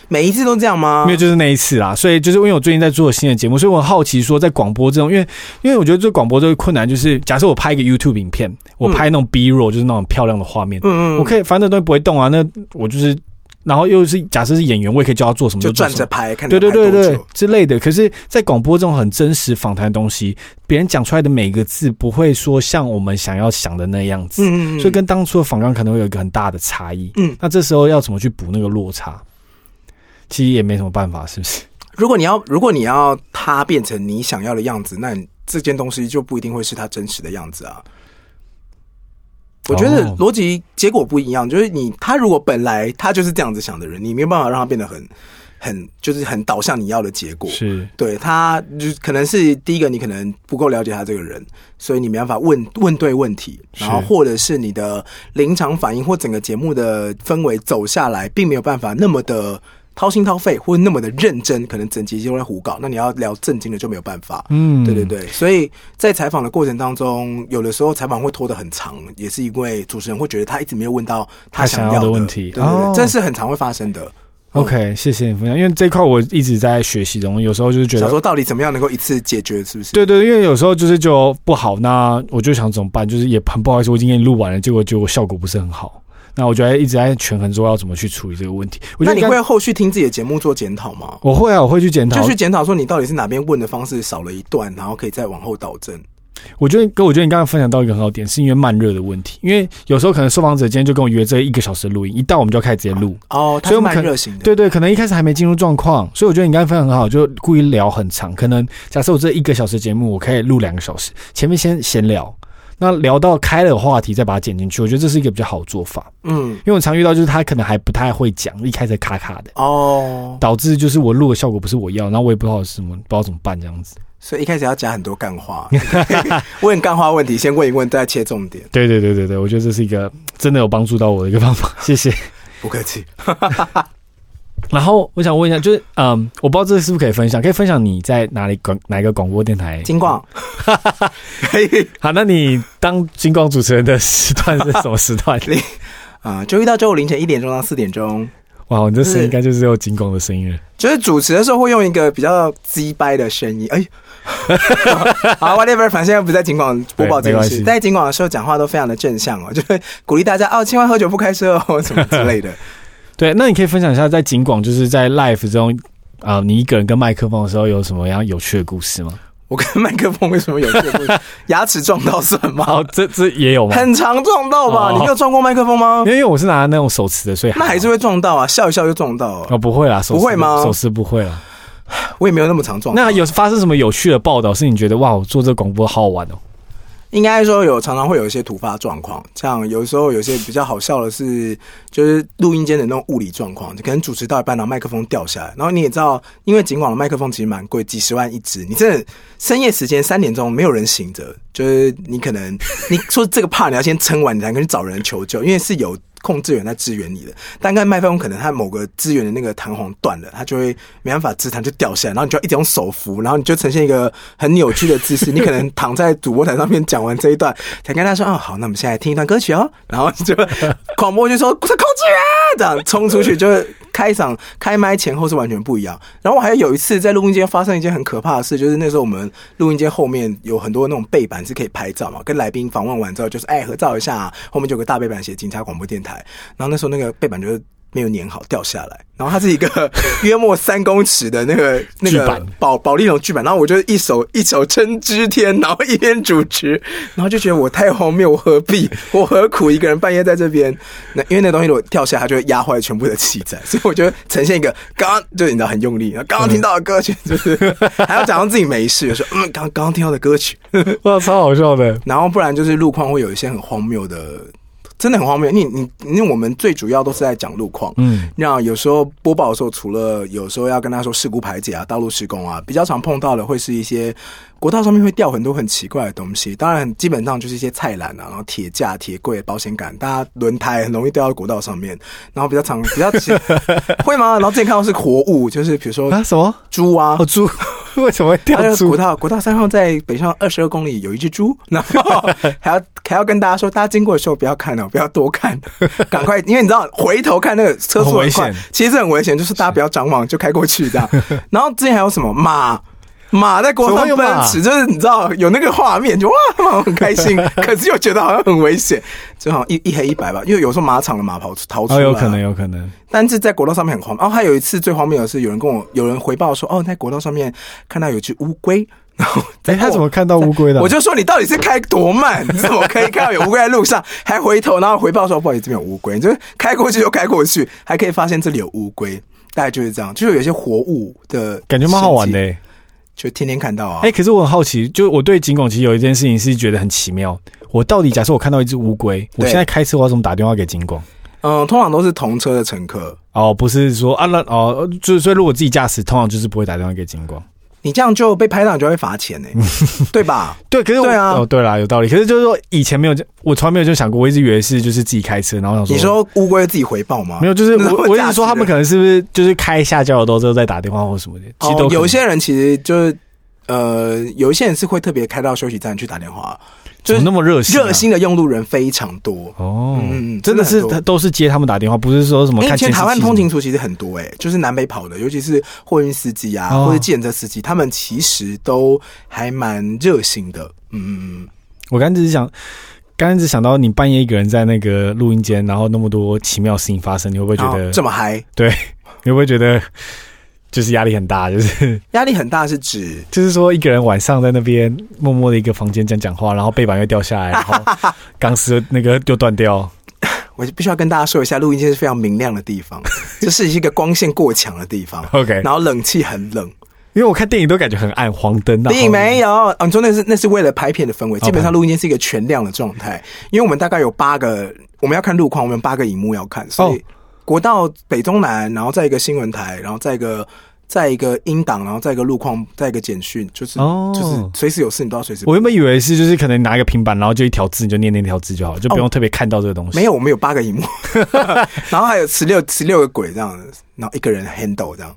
Speaker 2: 每一次都这样吗？
Speaker 3: 没有就是那一次啦，所以就是因为我最近在做新的节目，所以我很好奇说在广播这种，因为因为我觉得做广播这个困难就是，假设我拍一个 YouTube 影片，我拍那种 B roll 就是那种漂亮的画面，
Speaker 2: 嗯嗯，嗯嗯，
Speaker 3: 我可以反正那东西不会动啊，那我就是然后又是假设是演员，我也可以叫他做什么
Speaker 2: 就
Speaker 3: 做
Speaker 2: 转
Speaker 3: 什么
Speaker 2: 着拍，看
Speaker 3: 对
Speaker 2: 能
Speaker 3: 对对
Speaker 2: 拍多
Speaker 3: 对
Speaker 2: 久。
Speaker 3: 之类的。可是，在广播这种很真实访谈的东西，别人讲出来的每个字不会说像我们想要想的那样子，
Speaker 2: 嗯嗯，嗯
Speaker 3: 所以跟当初的访纲可能会有一个很大的差异。
Speaker 2: 嗯
Speaker 3: 那这时候要怎么去补那个落差？其实也没什么办法，是不是？
Speaker 2: 如果你要，如果你要它变成你想要的样子，那你这件东西就不一定会是它真实的样子啊。我觉得
Speaker 3: 哦
Speaker 2: 逻辑结果不一样，就是你他如果本来他就是这样子想的人，你没有办法让他变得很很就是很导向你要的结果。
Speaker 3: 是
Speaker 2: 对他就是可能是第一个，你可能不够了解他这个人，所以你没办法问问对问题，
Speaker 3: 是
Speaker 2: 然后或者是你的临场反应或整个节目的氛围走下来，并没有办法那么的掏心掏肺或那么的认真，可能整集就在胡搞，那你要聊正经的就没有办法。
Speaker 3: 嗯
Speaker 2: 对对，对，所以在采访的过程当中，有的时候采访会拖得很长，也是因为主持人会觉得他一直没有问到
Speaker 3: 他
Speaker 2: 他
Speaker 3: 想
Speaker 2: 想
Speaker 3: 要
Speaker 2: 要
Speaker 3: 的问题
Speaker 2: 对对对，
Speaker 3: 哦
Speaker 2: 这是很常会发生的。
Speaker 3: OK，谢谢你分享，因为这一块我一直在学习中，有时候就是觉
Speaker 2: 想
Speaker 3: 得。
Speaker 2: 说到底怎么样能够一次解决，是不是？
Speaker 3: 对对，因为有时候就是就不好，那我就想怎么办，就是也很不好意思，我已经给你录完了，结果结果效果不是很好，那我觉得一直在权衡说要怎么去处理这个问题。我觉
Speaker 2: 那
Speaker 3: 得
Speaker 2: 你
Speaker 3: 刚
Speaker 2: 会后续听自己的节目做检讨吗？
Speaker 3: 我会啊，我会去检讨。
Speaker 2: 就去检讨说你到底是哪边问的方式少了一段，然后可以再往后导正。
Speaker 3: 我觉得，哥，我觉得你刚刚分享到一个很好的点，是因为慢热的问题。因为有时候可能受访者今天就跟我约这一个小时的录音，一到我们就要开始直接录。
Speaker 2: 哦，他是
Speaker 3: 所以我们可
Speaker 2: 慢热型的，
Speaker 3: 对对，可能一开始还没进入状况，所以我觉得你刚才分享很好，就故意聊很长。可能假设我这一个小时节目，我可以录两个小时，前面先闲聊，那聊到开了话题再把它剪进去，我觉得这是一个比较好的做法。
Speaker 2: 嗯，
Speaker 3: 因为我常遇到就是他可能还不太会讲，一开始卡卡的，
Speaker 2: 哦，
Speaker 3: 导致就是我录的效果不是我要，然后我也不知道是什么，不知道怎么办这样子。
Speaker 2: 所以一开始要加很多干
Speaker 3: [laughs]
Speaker 2: 话，问干话问题，先问一问，再切重点。
Speaker 3: 对对对对对，我觉得这是一个真的有帮助到我的一个方 [laughs] 法，谢谢。
Speaker 2: 不客气，
Speaker 3: 然后我想问一下，就是嗯，我不知道这是不是可以分享，可以分享你在哪里广哪一个广播电台？
Speaker 2: 金 [laughs]
Speaker 3: [laughs]
Speaker 2: 广，可以
Speaker 3: 好，那你当金光主持人的时段是什么时段？
Speaker 2: 啊，周一到周五凌晨一点钟到四点钟，
Speaker 3: [laughs] 哇，你这声音应该就是有金光的声音了。
Speaker 2: 就是主持的时候会用一个比较鸡掰的声音，哎， [laughs] 好，whatever，反正现在不在尽管播报这
Speaker 3: 对没
Speaker 2: 件
Speaker 3: 关
Speaker 2: 事，
Speaker 3: 系
Speaker 2: 在尽管的时候讲话都非常的正向哦，就 [laughs] 会鼓励大家哦，千万喝酒不开车哦，什么之类
Speaker 3: [laughs]
Speaker 2: 的。
Speaker 3: 对，那你可以分享一下在金广就是在 live 中啊、你一个人跟麦克风的时候有什么样有趣的故事吗？
Speaker 2: 我跟麦克风为什么有这个牙齿撞到算吗？
Speaker 3: 好，哦这这也
Speaker 2: [laughs]
Speaker 3: 有吗？
Speaker 2: 很常撞到吧？
Speaker 3: 哦
Speaker 2: 你没有撞过麦克风吗
Speaker 3: 因？为因为我是拿那种手持的，所以
Speaker 2: 那还是
Speaker 3: 好
Speaker 2: 会撞到啊，笑一笑就撞到啊。
Speaker 3: 哦，不会啦，手
Speaker 2: 不
Speaker 3: 持
Speaker 2: 会吗哦
Speaker 3: 手持不会啦。
Speaker 2: 我也没有那么常撞到。
Speaker 3: 那有发生什么有趣的报道是你觉得哇，我做这广播好好玩哦？
Speaker 2: 应该说有常常会有一些突发状况，像有时候有些比较好笑的是，就是录音间的那种物理状况，就可能主持到一半，然后麦克风掉下来，然后你也知道，因为尽管麦克风其实蛮贵，几十万一支，你真的深夜时间三点钟没有人醒着，就是你可能你说这个怕你要先撑完，你才能去找人求救，因为是有。控制员在支援你的，但看麦克风可能它某个支援的那个弹簧断了，它就会没办法支弹就掉下来，然后你就要一直用手扶，然后你就呈现一个很扭曲的姿势。你可能躺在主播台上面讲完这一段，才跟他说：“哦，好，那我们现在听一段歌曲哦。”然后就广播就说：“控制员！”这样冲出去，就是开场开麦前后是完全不一样。然后我还有一次在录音间发生一件很可怕的事，就是那时候我们录音间后面有很多那种背板是可以拍照嘛，跟来宾访问完之后就是哎合照一下啊、后面就有个大背板写“警察广播电台”，然后那时候那个背板就是没有粘好掉下来，然后它是一个 [laughs] 约莫三公尺的那个那
Speaker 3: 巨
Speaker 2: 个
Speaker 3: 板
Speaker 2: 保保利龙剧板，然后我就一手一手撑支天，然后一边主持，然后就觉得我太荒谬，我何必， [laughs] 我何苦一个人半夜在这边？那因为那东西如果掉下来，它就会压坏全部的器材， [laughs] 所以我觉得呈现一个刚刚就你知道很用力，然后刚刚听到的歌曲就是 [laughs] 还要假装自己没事，说嗯刚刚刚听到的歌曲，
Speaker 3: 哇，超好笑的。
Speaker 2: 然后不然就是路况会有一些很荒谬的，真的很荒谬。你你因为我们最主要都是在讲路况，
Speaker 3: 嗯，
Speaker 2: 那有时候播报的时候，除了有时候要跟他说事故排解啊、道路施工啊，比较常碰到的会是一些国道上面会掉很多很奇怪的东西。当然，基本上就是一些菜篮啊，然后铁架、铁柜、保险杆，大家轮胎很容易掉到国道上面。然后比较常比较 [laughs] 会吗？然后之前看到是活物，就是比如说
Speaker 3: 啊，什么？
Speaker 2: 猪啊
Speaker 3: 哦，，猪 [laughs] 为什么会
Speaker 2: 还
Speaker 3: [laughs] 掉
Speaker 2: 有
Speaker 3: 猪
Speaker 2: 国？道国道三号在北上二十二公里有一只猪，然
Speaker 3: [laughs]
Speaker 2: 后还要还要跟大家说，大家经过的时候不要看哦，不要多看，赶快，因为你知道回头看那个车速
Speaker 3: 很危
Speaker 2: 很快
Speaker 3: 险，
Speaker 2: 其实很危险，就是大家不要张望就开过去这样。然后之前还有什么马。马在国道上
Speaker 3: 怎么会有
Speaker 2: 奔
Speaker 3: 马
Speaker 2: 驰，就是你知道有那个画面，就哇，马很开心，可是又觉得好像很危险，就好像一一黑一白吧，因为有时候马场的马跑出逃出
Speaker 3: 哦，
Speaker 2: 来啊，
Speaker 3: 有可能，有可能。
Speaker 2: 但是在国道上面很荒谬。哦，还有一次最荒谬的是，有人跟我有人回报说，哦，在国道上面看到有只乌龟， [laughs] 然后
Speaker 3: 哎、他怎么看到乌龟的？
Speaker 2: 我就说你到底是开多慢？ [laughs] 你怎么可以看到有乌龟在路上，还回头然后回报说不好意思，这边有乌龟，你就是开过去就开过去，还可以发现这里有乌龟。大概就是这样，就是有一些活物的
Speaker 3: 感觉蛮好玩的、
Speaker 2: 事
Speaker 3: 欸。
Speaker 2: 情，就天天看到啊。
Speaker 3: 哎、可是我很好奇，就我对警拱其实有一件事情是觉得很奇妙。我到底假设我看到一只乌龟，我
Speaker 2: 对
Speaker 3: 现在开车我要怎么打电话给警拱？
Speaker 2: 嗯，通常都是同车的乘客，
Speaker 3: 哦，不是说啊那哦，就所以如果自己驾驶，通常就是不会打电话给警广。
Speaker 2: 你这样就被拍到，你就会罚钱呢、
Speaker 3: [laughs]
Speaker 2: 对吧？
Speaker 3: 对，可是我
Speaker 2: 对啊
Speaker 3: 哦对啦，有道理。可是就是说以前没有这，我从来没有这样想过，我一直以为是就是自己开车，然后想说
Speaker 2: 你说乌龟自己回报吗？
Speaker 3: 没有， [laughs] 就是我我一直说他
Speaker 2: 可
Speaker 3: 们
Speaker 2: 能。
Speaker 3: 可能是不是就是开下交流道之后再打电话或什么的，其实都
Speaker 2: 哦
Speaker 3: 可、能
Speaker 2: 有一些人其实就是呃，有一些人是会特别开到休息站去打电话，就
Speaker 3: 怎么
Speaker 2: 是
Speaker 3: 那么热心、啊，
Speaker 2: 热心的用路人非常多。
Speaker 3: 哦，
Speaker 2: 嗯嗯
Speaker 3: 真的哎
Speaker 2: 真
Speaker 3: 是
Speaker 2: 的很多
Speaker 3: 他都是接他们打电话，不是说什么
Speaker 2: 因为以
Speaker 3: 看
Speaker 2: 前
Speaker 3: 监视
Speaker 2: 台湾
Speaker 3: 器
Speaker 2: 通勤
Speaker 3: 什么
Speaker 2: 族其实很多哎、就是南北跑的，尤其是货运司机啊，
Speaker 3: 哦
Speaker 2: 或者计程车司机，他们其实都还蛮热心的。嗯嗯嗯，
Speaker 3: 的，我刚才只是想，刚才只想到你半夜一个人在那个录音间，然后那么多奇妙事情发生，你会不会觉
Speaker 2: 然
Speaker 3: 得
Speaker 2: 后这么嗨，
Speaker 3: 你会不会觉得就是压力很大？就是
Speaker 2: 压力很大是指
Speaker 3: 就是说一个人晚上在那边默默的一个房间这样讲话，然后背板又掉下来，然
Speaker 2: [laughs]
Speaker 3: 后钢丝那个又断掉，，
Speaker 2: 我必须要跟大家说一下，录音间是非常明亮的地方，这是一个光线过强的地方
Speaker 3: OK， [laughs]
Speaker 2: 然后冷气很冷。
Speaker 3: 因为我看电影都感觉很暗，黄灯啊，
Speaker 2: 并没有，啊、你说那是那是为了拍片的氛围，
Speaker 3: 拍
Speaker 2: 基本上录音间是一个全亮的状态，因为我们大概有八个，我们要看路况，我们有八个荧幕要看，所
Speaker 3: 哦
Speaker 2: 以国道北中南，然后再一个新闻台，然后再一个再一个音档，然后再一个路况，再一个简讯，就是、
Speaker 3: 哦
Speaker 2: 就是随时有事你都要随时。
Speaker 3: 我原本以为是就是可能拿一个平板，然后就一条字你就念那条字就好了，就不用特别看到这个东西。
Speaker 2: 哦没有，我们有八个荧幕， [laughs] 然后还有十六十六个鬼这样，然后一个人 handle 这样，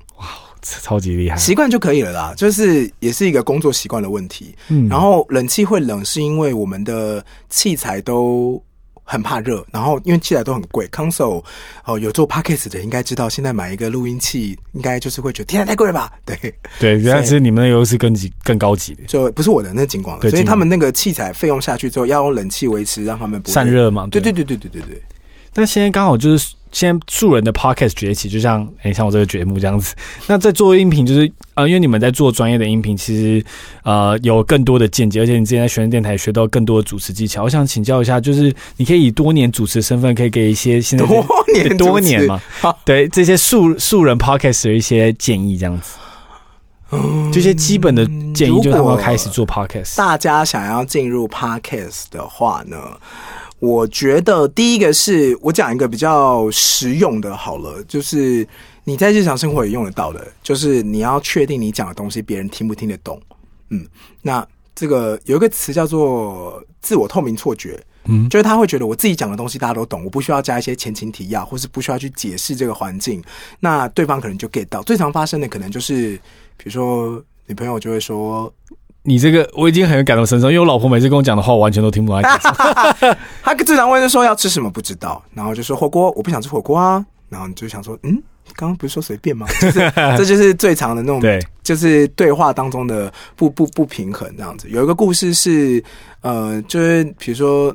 Speaker 3: 超级厉害。
Speaker 2: 习惯就可以了啦，就是也是一个工作习惯的问题。
Speaker 3: 嗯
Speaker 2: 然后冷气会冷，是因为我们的器材都很怕热，然后因为器材都很贵。console 哦，有做 p a c k a g e 的应该知道，现在买一个录音器，应该就是会觉得天啊太贵了吧？ [laughs] 对，
Speaker 3: 对，
Speaker 2: 所以
Speaker 3: 但是你们那个又是更级更高级的
Speaker 2: 就不是我的，那是景广的，
Speaker 3: 对
Speaker 2: 所以
Speaker 3: 景广
Speaker 2: 他们那个器材费用下去之后，要用冷气维持，让他们不
Speaker 3: 散。热嘛？
Speaker 2: 对对。对对对对对，
Speaker 3: 但现在刚好就是现在素人的 podcast 崛起，就像哎、像我这个节目这样子。那在做音频，就是呃，因为你们在做专业的音频，其实呃有更多的见解，而且你之前在学生电台学到更多的主持技巧。我想请教一下，就是你可以以多年主持身份，可以给一些现在
Speaker 2: 多年主
Speaker 3: 对
Speaker 2: 持
Speaker 3: 多年嘛，
Speaker 2: 好
Speaker 3: [laughs] 对这些素素人 podcast 的一些建议，这样子。这些基本的建
Speaker 2: 嗯
Speaker 3: 议，就是他们要开始做 podcast。
Speaker 2: 大家想要进入 podcast 的话呢，我觉得第一个是我讲一个比较实用的，好了，就是你在日常生活也用得到的，就是你要确定你讲的东西别人听不听得懂。嗯，那这个有一个词叫做自我透明错觉。
Speaker 3: 嗯
Speaker 2: 就是他会觉得我自己讲的东西大家都懂，我不需要加一些前情提要，或是不需要去解释这个环境，那对方可能就 get 到。最常发生的可能就是，比如说女朋友就会说
Speaker 3: 你这个我已经很感同身受，因为我老婆每次跟我讲的话，我完全都 [laughs] 听不懂她在讲什么。
Speaker 2: 他最常问就说要吃什么不知道，然后就说火锅，我不想吃火锅啊。然后你就想说，嗯，刚刚不是说随便吗？就是这就是最常的那种，
Speaker 3: 对，
Speaker 2: 就是对话当中的不不不平衡这样子。有一个故事是，呃，就是比如说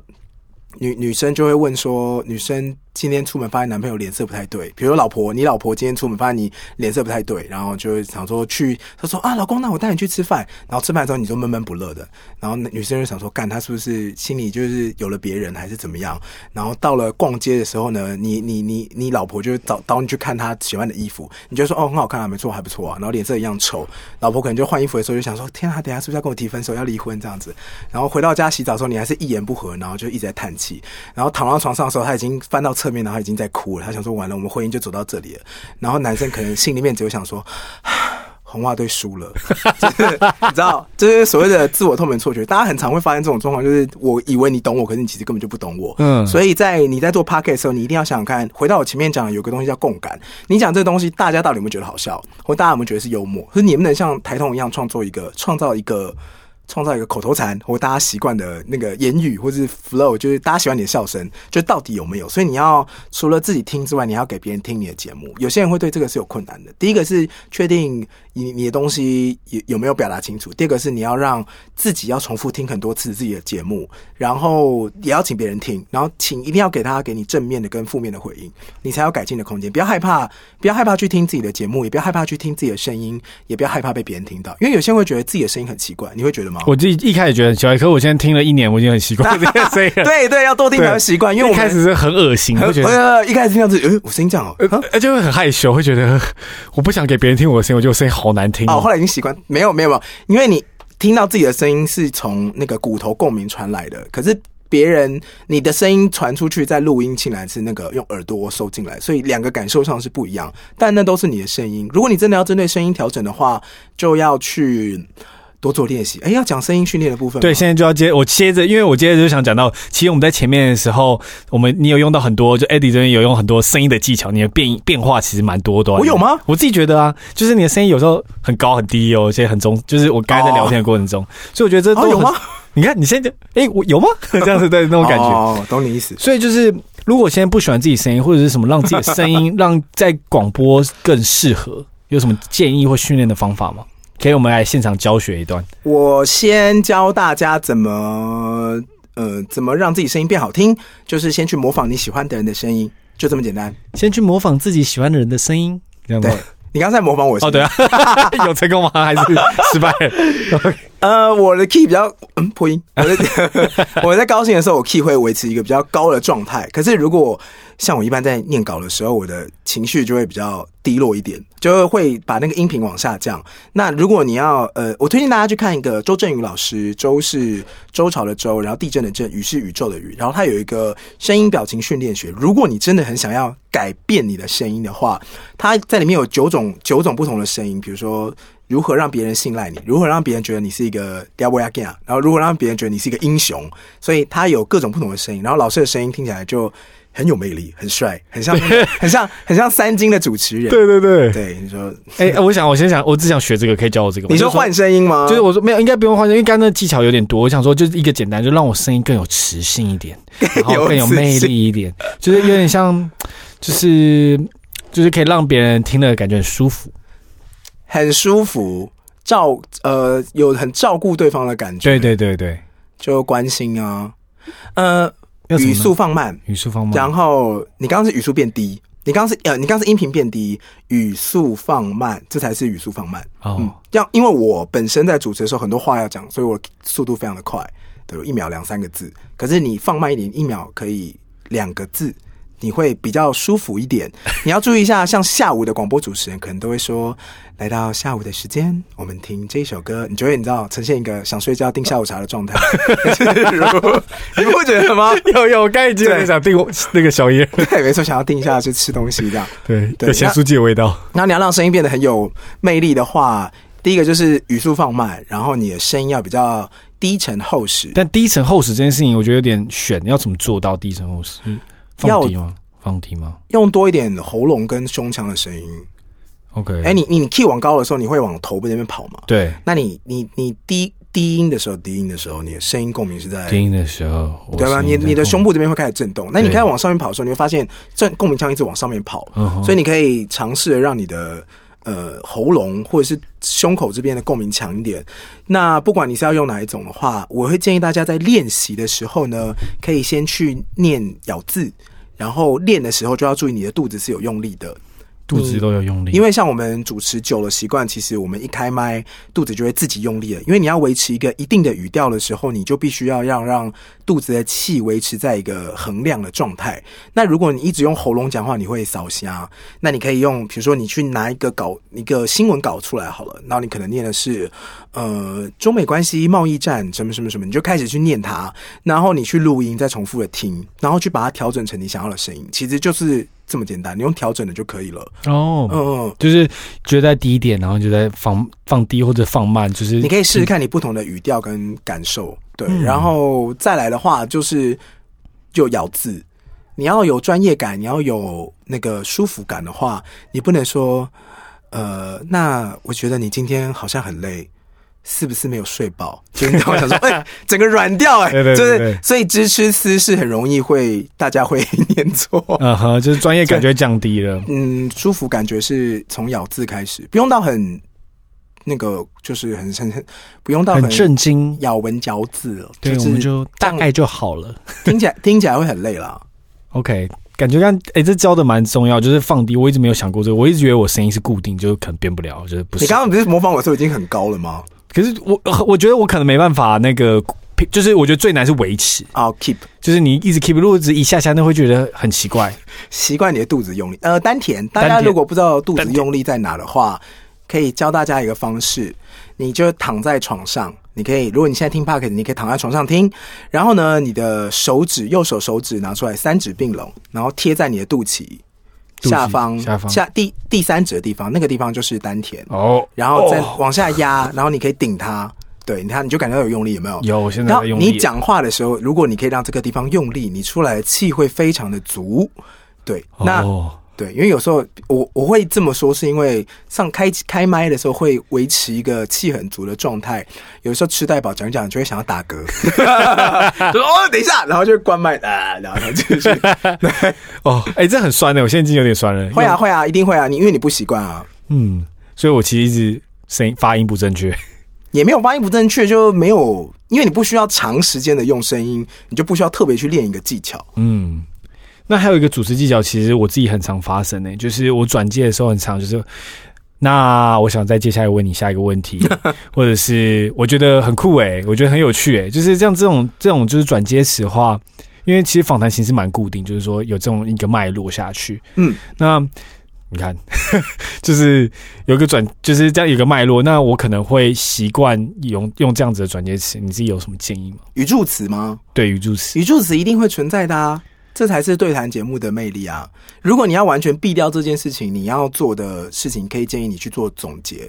Speaker 2: 女女生就会问说，女生今天出门发现男朋友脸色不太对，比如老婆，你老婆今天出门发现你脸色不太对，然后就会想说去，她说啊，老公，那我带你去吃饭，然后吃饭的时候你就闷闷不乐的，然后女生就想说，干她是不是心里就是有了别人还是怎么样？然后到了逛街的时候呢，你你你你老婆就找找你去看她喜欢的衣服，你就说哦很好看啊，没错还不错啊，然后脸色一样丑，老婆可能就换衣服的时候就想说，天啊，等一下是不是要跟我提分手要离婚这样子？然后回到家洗澡的时候，你还是一言不合，然后就一直在叹气，然后躺到床上的时候，他已经翻到侧面，然后已经在哭了，他想说完了，我们婚姻就走到这里了。然后男生可能心里面只有想说。 [sighs] 红袜队输了，就是你知道，就是所谓的自我透明错觉。大家很常会发现这种状况，就是我以为你懂我，可是你其实根本就不懂我。
Speaker 3: 嗯
Speaker 2: 所以在你在做 p o c k e t 的时候，你一定要想想看，回到我前面讲，有个东西叫共感。你讲这个东西，大家到底有没有觉得好笑，或大家有没有觉得是幽默？可是你能不能像台通一样，创作一个、创造一个、创造一个口头禅，或大家习惯的那个言语，或是 flow，就是大家喜欢你的笑声，就到底有没有？所以你要除了自己听之外，你还要给别人听你的节目。有些人会对这个是有困难的。第一个是确定你你的东西有有没有表达清楚；第二个是你要让自己要重复听很多次自己的节目，然后也要请别人听，然后请一定要给他给你正面的跟负面的回应，你才有改进的空间。不要害怕，不要害怕去听自己的节目，也不要害怕去听自己的声音，也不要害怕被别人听到，因为有些人会觉得自己的声音很奇怪，你会觉得吗？
Speaker 3: 我自己一开始觉得很奇怪，可是我现在听了一年，我已经很习惯这个声 [laughs] 音了。
Speaker 2: 对对，要多听才会习惯，因为
Speaker 3: 一
Speaker 2: 我
Speaker 3: 开
Speaker 2: 们
Speaker 3: 始是很恶心，会觉得。
Speaker 2: 呃一开始这样子，呃，我声音这样哦，
Speaker 3: 呃，而且会很害羞，会觉得 [laughs] 呃我不想给别人听我的声音，我觉得我声音好难听啊
Speaker 2: 哦，后来已经习惯，没有没有没有，因为你听到自己的声音是从那个骨头共鸣传来的，可是别人你的声音传出去，在录音进来是那个用耳朵收进来，所以两个感受上是不一样，但那都是你的声音。如果你真的要针对声音调整的话，就要去多做练习。哎，要讲声音训练的部分吗，
Speaker 3: 对，现在就要接我接着，因为我接着就想讲到，其实我们在前面的时候，我们你有用到很多，就 Eddie 这边有用很多声音的技巧，你的变变化其实蛮多的。啊
Speaker 2: 我有吗？
Speaker 3: 我自己觉得啊，就是你的声音有时候很高很低哦，有些很中，就是我刚才在聊天的过程中，所以我觉得这
Speaker 2: 哦
Speaker 3: 都很
Speaker 2: 有吗？
Speaker 3: 你看你现在就，哎、我有吗？ [laughs] 这样子的那种感觉。
Speaker 2: 哦，懂你意思。
Speaker 3: 所以就是，如果现在不喜欢自己声音，或者是什么让自己的声音 [laughs] 让在广播更适合，有什么建议或训练的方法吗？可以，我们来现场教学一段。
Speaker 2: 我先教大家怎么呃怎么让自己声音变好听，就是先去模仿你喜欢的人的声音，就这么简单。
Speaker 3: 先去模仿自己喜欢的人的声音，这样吗
Speaker 2: 对？你刚才模仿我的声
Speaker 3: 哦，
Speaker 2: 音
Speaker 3: 对啊， [laughs] 有成功吗？还是失败？
Speaker 2: 呃，我的 key 比较嗯破音，我在我在高兴的时候， [laughs] 我 key 会维持一个比较高的状态。可是如果像我一般在念稿的时候，我的情绪就会比较低落一点，就会把那个音频往下降。那如果你要呃，我推荐大家去看一个周振宇老师，周是周朝的周，然后地震的震，宇是宇宙的宇，然后他有一个声音表情训练学。如果你真的很想要改变你的声音的话，它在里面有九种九种不同的声音，比如说如何让别人信赖你，如何让别人觉得你是一个 d e v i l 然后如何让别人觉得你是一个英雄，所以它有各种不同的声音，然后老师的声音听起来就很有魅力，很帅，很像
Speaker 3: [laughs]
Speaker 2: 很像很像三金的主持人。
Speaker 3: [laughs] 对对对。
Speaker 2: 对，你说
Speaker 3: 哎、我想，我先想，我只想学这个，可以教我这个吗？
Speaker 2: 你说换声音吗？
Speaker 3: 就是说，呃就是我说没有，应该不用换，因为刚刚那技巧有点多。我想说，就是一个简单，就让我声音更有磁性一 [laughs] 点，然后更有魅力一点，就是有点像，就是就是可以让别人听了感觉很舒服。
Speaker 2: 很舒服，照呃有很照顾对方的感觉，
Speaker 3: 对对对对，
Speaker 2: 就关心啊，呃
Speaker 3: 要怎么
Speaker 2: 语
Speaker 3: 呢
Speaker 2: 速放慢，
Speaker 3: 语速方
Speaker 2: 然
Speaker 3: 面，
Speaker 2: 后你刚刚是语速变低，你刚刚是呃，你刚刚是音频变低，语速放慢，这才是语速放慢。
Speaker 3: 哦
Speaker 2: 嗯，这样因为我本身在主持的时候很多话要讲，所以我速度非常的快，对，一秒两三个字。可是你放慢一点，一秒可以两个字，你会比较舒服一
Speaker 3: [laughs]
Speaker 2: 点。你要注意一下，像下午的广播主持人可能都会说，来到下午的时间，我们听这首歌，你就会你知道呈现一个想睡觉订下午茶的状
Speaker 3: [laughs]
Speaker 2: 态， [laughs] 你不觉得吗？
Speaker 3: [laughs] 有有，我刚才已经有点想订我那个小叶，
Speaker 2: 对，没错，想要定一下去吃东西这样。
Speaker 3: [laughs] 对，
Speaker 2: 对
Speaker 3: 有咸酥鸡的味道。
Speaker 2: 然后你要让声音变得很有魅力的话，第一个就是语速放慢，然后你的声音要比较低沉厚实。
Speaker 3: 但低沉厚实这件事情，我觉得有点悬，要怎么做到低沉厚实？放低吗？放低吗
Speaker 2: 用多一点喉咙跟胸腔的声音。
Speaker 3: ？OK，
Speaker 2: 哎、你你你 key 往高的时候，你会往头部那边跑吗？
Speaker 3: 对
Speaker 2: 那你你你低低音的时候，低音的时候，你的声音共鸣是在
Speaker 3: 低音的时候，我
Speaker 2: 对吧？
Speaker 3: 声
Speaker 2: 你
Speaker 3: 音在
Speaker 2: 你的
Speaker 3: 后
Speaker 2: 胸部这边会开始震动，那你
Speaker 3: 对
Speaker 2: 开始往上面跑的时候，你会发现震共鸣腔一直往上面跑，
Speaker 3: 嗯哼
Speaker 2: 所以你可以尝试地让你的呃喉咙或者是胸口这边的共鸣强一点。那不管你是要用哪一种的话，我会建议大家在练习的时候呢，可以先去念咬字。然后练的时候就要注意你的肚子是有用力的，
Speaker 3: 肚子都有用力，
Speaker 2: 因为像我们主持久了习惯，其实我们一开麦肚子就会自己用力了，因为你要维持一个一定的语调的时候，你就必须要让让肚子的气维持在一个衡量的状态。那如果你一直用喉咙讲话，你会扫瞎。那你可以用，比如说你去拿一个稿一个新闻稿出来好了，然后你可能念的是呃中美关系贸易战什么什么什么，你就开始去念它，然后你去录音，再重复的听，然后去把它调整成你想要的声音，其实就是这么简单，你用调整的就可以了。
Speaker 3: 哦，
Speaker 2: 嗯。
Speaker 3: 就是觉得在低一点，然后就在放放低或者放慢，就是
Speaker 2: 你可以试试看你不同的语调跟感受，对，
Speaker 3: 嗯
Speaker 2: 然后再来的话就是就咬字，你要有专业感，你要有那个舒服感的话，你不能说，呃，那我觉得你今天好像很累。是不是没有睡饱？就是你知道我
Speaker 3: [laughs]
Speaker 2: 想说，哎、整个软掉哎、
Speaker 3: 对对对
Speaker 2: 就
Speaker 3: 对
Speaker 2: 是所以支吃丝是很容易会大家会 [laughs] 念错。
Speaker 3: 嗯哼，就是专业感觉降低了。
Speaker 2: 嗯，舒服感觉是从咬字开始，不用到很那个，就是很很很不用到
Speaker 3: 很震惊，
Speaker 2: 咬文嚼字哦，
Speaker 3: 对，
Speaker 2: 就
Speaker 3: 我
Speaker 2: 是
Speaker 3: 们就大概就好了。
Speaker 2: 听起来 [laughs] 听起来会很累啦。
Speaker 3: OK，感觉刚哎、这教的蛮重要，就是放低。我一直没有想过这个，我一直以为我声音是固定，就是可能变不了，就是不是。
Speaker 2: 你刚刚不是模仿我的时候已经很高了吗？
Speaker 3: 可是我我觉得我可能没办法那个，就是我觉得最难是维持，
Speaker 2: 啊，keep
Speaker 3: 就是你一直 keep 如果只一下下，那会觉得很奇怪。
Speaker 2: 习惯你的肚子用力。呃，丹田，大
Speaker 3: 丹
Speaker 2: 家
Speaker 3: 田
Speaker 2: 如果不知道肚子
Speaker 3: 丹田
Speaker 2: 用力在哪的话，可以教大家一个方式，你就躺在床上。你可以，如果你现在听 p o c k e t 你可以躺在床上听。然后呢，你的手指，右手手指拿出来，三指并拢，然后贴在你的肚脐
Speaker 3: 肚脐
Speaker 2: 下方，
Speaker 3: 下方
Speaker 2: 第第三指的地方，那个地方就是丹田。
Speaker 3: 哦，
Speaker 2: 然后再
Speaker 3: 哦
Speaker 2: 往下压，然后你可以顶它，对，你看你就感觉到有用力，有没有？
Speaker 3: 有，我现在
Speaker 2: 然
Speaker 3: 在
Speaker 2: 后
Speaker 3: 用
Speaker 2: 你
Speaker 3: 力
Speaker 2: 讲话的时候，如果你可以让这个地方用力，你出来的气会非常的足。对，那、
Speaker 3: 哦
Speaker 2: 对，因为有时候我我会这么说，是因为上开开麦的时候会维持一个气很足的状态，有时候吃太饱讲一讲就会想要打
Speaker 3: [laughs]
Speaker 2: 嗝， [laughs] 就说哦等一下，然后就关麦啊，然后就
Speaker 3: [laughs]
Speaker 2: 续。
Speaker 3: 哦，哎、这很酸的，我现在已经有点酸了。
Speaker 2: 会啊，会啊，一定会啊，你因为你不习惯啊，
Speaker 3: 嗯，所以我其实一直声音发音不正确。
Speaker 2: 也没有发音不正确，就没有，因为你不需要长时间的用声音，你就不需要特别去练一个技巧。
Speaker 3: 嗯，那还有一个主持技巧，其实我自己很常发生呢、欸就是我转介的时候很常就是。那我想再接下来问你下一个问题， [laughs] 或者是我觉得很酷诶、我觉得很有趣诶、欸就是像这种这种就是转接词的话，因为其实访谈形式蛮固定，就是说有这种一个脉络下去。
Speaker 2: 嗯，
Speaker 3: 那你看， [laughs] 就是有一个转，就是这样有一个脉络。那我可能会习惯用用这样子的转接词，你自己有什么建议吗？
Speaker 2: 语助词吗？
Speaker 3: 对于主持，
Speaker 2: 语助词一定会存在的啊，这才是对谈节目的魅力啊！如果你要完全避掉这件事情，你要做的事情，可以建议你去做总结。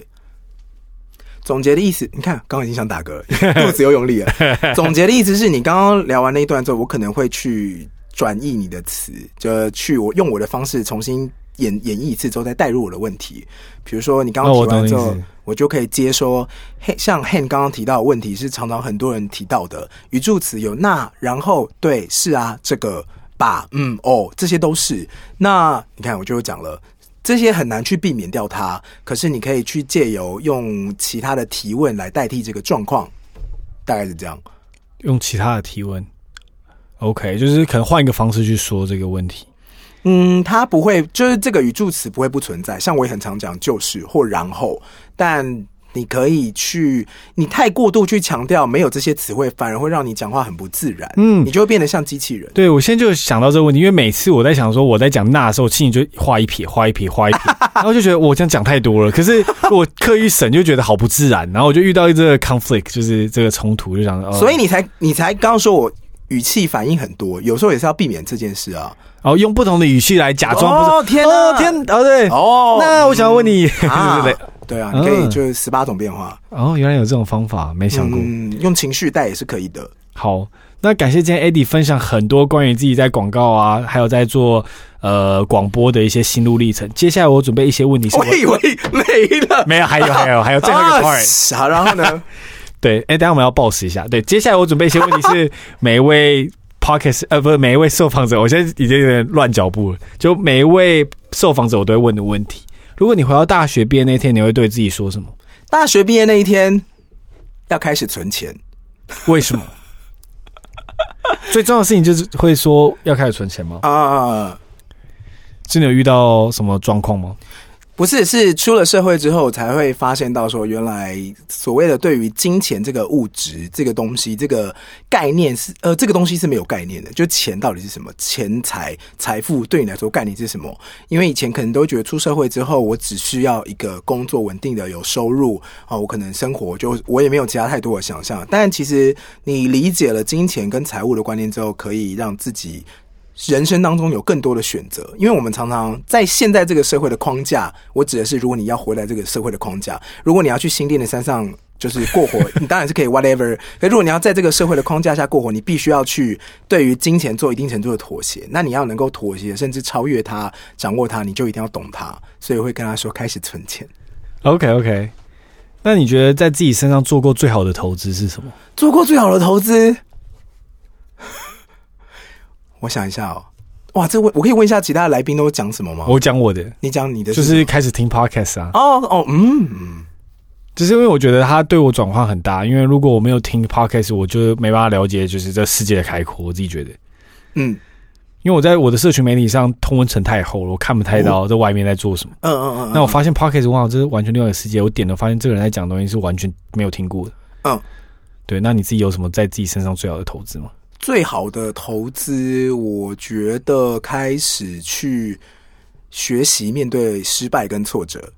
Speaker 2: 总结的意思，你看，刚刚已经想打嗝了， [laughs] 肚子又用力了。总结的意思是你刚刚聊完那一段之后，我可能会去转译你的词，就去我用我的方式重新演演绎一次之后，再带入我的问题。比如说你刚刚
Speaker 3: 哦
Speaker 2: 提
Speaker 3: 我懂
Speaker 2: 完
Speaker 3: 你
Speaker 2: 之
Speaker 3: 意
Speaker 2: 后
Speaker 3: 思，
Speaker 2: 我就可以接说，嘿像 Han 刚刚提到的问题是常常很多人提到的语助词有那、然后、对、是啊、这个、吧、嗯、哦，这些都是。那你看，我就讲了。这些很难去避免掉它，可是你可以去借由用其他的提问来代替这个状况，大概是这样。
Speaker 3: 用其他的提问。OK，就是可能换一个方式去说这个问题。
Speaker 2: 嗯，它不会，就是这个语助词不会不存在。像我也很常讲就是或然后，但你可以去，你太过度去强调没有这些词汇，反而会让你讲话很不自然。
Speaker 3: 嗯
Speaker 2: 你就会变得像机器人。
Speaker 3: 对，我现在就想到这个问题，因为每次我在想说我在讲那的时候，我心里就画一撇，画一撇，画
Speaker 2: [laughs]
Speaker 3: 一撇，然后就觉得哦我这样讲太多了。可是我刻意省，就觉得好不自然。然后我就遇到这个 conflict，就是这个冲突，就想，哦、
Speaker 2: 所以你才你才刚说我语气反应很多，有时候也是要避免这件事啊。
Speaker 3: 然后哦用不同的语气来假装啊不是。
Speaker 2: 哦天哪
Speaker 3: 哦天，哦对，
Speaker 2: 哦
Speaker 3: 那我想要问你，
Speaker 2: 啊
Speaker 3: [laughs] 对不对？，
Speaker 2: 对啊，你可以
Speaker 3: 嗯
Speaker 2: 就是十八种变化，
Speaker 3: 哦，原来有这种方法，没想过。
Speaker 2: 嗯，用情绪带也是可以的。
Speaker 3: 好，那感谢今天 Eddie 分享很多关于自己在广告啊，还有在做呃广播的一些心路历程。接下来我准备一些问题是我
Speaker 2: 我以为没了，
Speaker 3: [laughs] 没有，还有还有还有最后一个 part。
Speaker 2: 啊好，然后呢？
Speaker 3: 对，哎、等一下我们要报时一下。对，接下来我准备一些问题是每一位 podcast 呃，不是每一位受访者，我现在已经有点乱脚步了。就每一位受访者我都会问的问题。如果你回到大学毕业那天，你会对自己说什么？
Speaker 2: 大学毕业那一天要开始存钱，
Speaker 3: 为什么？最重要的事情就是会说要开始存钱吗？
Speaker 2: 啊，
Speaker 3: 真的有遇到什么状况吗？
Speaker 2: 不是，是出了社会之后才会发现到说，原来所谓的对于金钱这个物质这个东西这个概念是呃，这个东西是没有概念的。就钱到底是什么？钱财、财富对你来说概念是什么？因为以前可能都觉得出社会之后，我只需要一个工作稳定的有收入啊、我可能生活就我也没有其他太多的想象。但其实你理解了金钱跟财务的观念之后，可以让自己人生当中有更多的选择，因为我们常常在现在这个社会的框架，我指的是，如果你要回来这个社会的框架，如果你要去新店的山上就是过活，你当然是可以
Speaker 3: [laughs]
Speaker 2: whatever。可如果你要在这个社会的框架下过活，你必须要去对于金钱做一定程度的妥协。那你要能够妥协，甚至超越它、掌握它，你就一定要懂它。所以我会跟他说，开始存钱。
Speaker 3: OK OK，那你觉得在自己身上做过最好的投资是什么？
Speaker 2: 做过最好的投
Speaker 3: [laughs]
Speaker 2: 资，我想一下哦。哇，这问我可以问一下其他的来宾都讲什么吗？
Speaker 3: 我讲我的，
Speaker 2: 你讲你的
Speaker 3: 就
Speaker 2: 什么
Speaker 3: 是开始听 Podcast 啊，
Speaker 2: 哦哦嗯，
Speaker 3: 就是因为我觉得它对我转换很大，因为如果我没有听 Podcast，我就没办法了解就是这世界的开阔。我自己觉得，
Speaker 2: 嗯
Speaker 3: 因为我在我的社群媒体上通文层太厚了，我看不太到这外面在做什么。
Speaker 2: 嗯嗯嗯，
Speaker 3: 那我发现 Podcast 哇，这是完全另外一个世界。我点了发现这个人在讲的东西是完全没有听过的。
Speaker 2: 嗯，
Speaker 3: 对。那你自己有什么在自己身上最好的投资吗？
Speaker 2: 最好的投资，我觉得开始去学习面对失败跟挫折。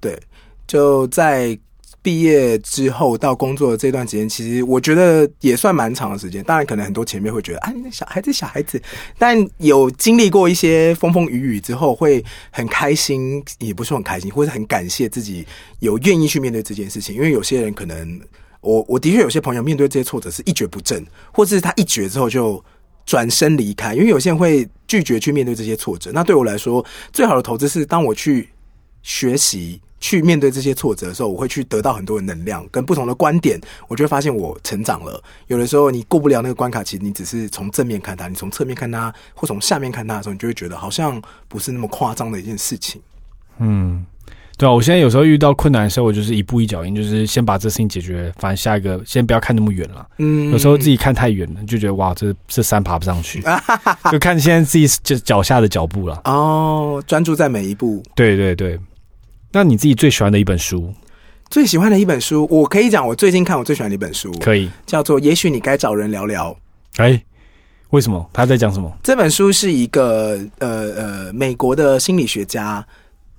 Speaker 2: 对，就在毕业之后到工作的这段时间，其实我觉得也算蛮长的时间。当然，可能很多前辈会觉得，啊，你那小孩子小孩子，但有经历过一些风风雨雨之后，会很开心，也不是很开心，或者很感谢自己有愿意去面对这件事情。因为有些人可能，我我的确有些朋友面对这些挫折是一蹶不振，或是他一蹶之后就转身离开，因为有些人会拒绝去面对这些挫折。那对我来说，最好的投资是当我去学习。去面对这些挫折的时候，我会去得到很多的能量跟不同的观点，我就会发现我成长了。有的时候你过不了那个关卡，其实你只是从正面看它，你从侧面看它，或从下面看它的时候，你就会觉得好像不是那么夸张的一件事情。
Speaker 3: 嗯，对啊，我现在有时候遇到困难的时候，我就是一步一脚印，就是先把这事情解决，反正下一个先不要看那么远了。
Speaker 2: 嗯
Speaker 3: 有时候自己看太远了，就觉得哇，这这山爬不
Speaker 2: [laughs]
Speaker 3: 上去，就看现在自己脚脚下的脚步了。
Speaker 2: 哦，专注在每一步，
Speaker 3: 对对对。那你自己最喜欢的一本书，
Speaker 2: 最喜欢的一本书，我可以讲我最近看我最喜欢的一本书，
Speaker 3: 可以？
Speaker 2: 叫做《也许你该找人聊聊》。
Speaker 3: 哎、为什么？他在讲什么？
Speaker 2: 这本书是一个呃呃美国的心理学家，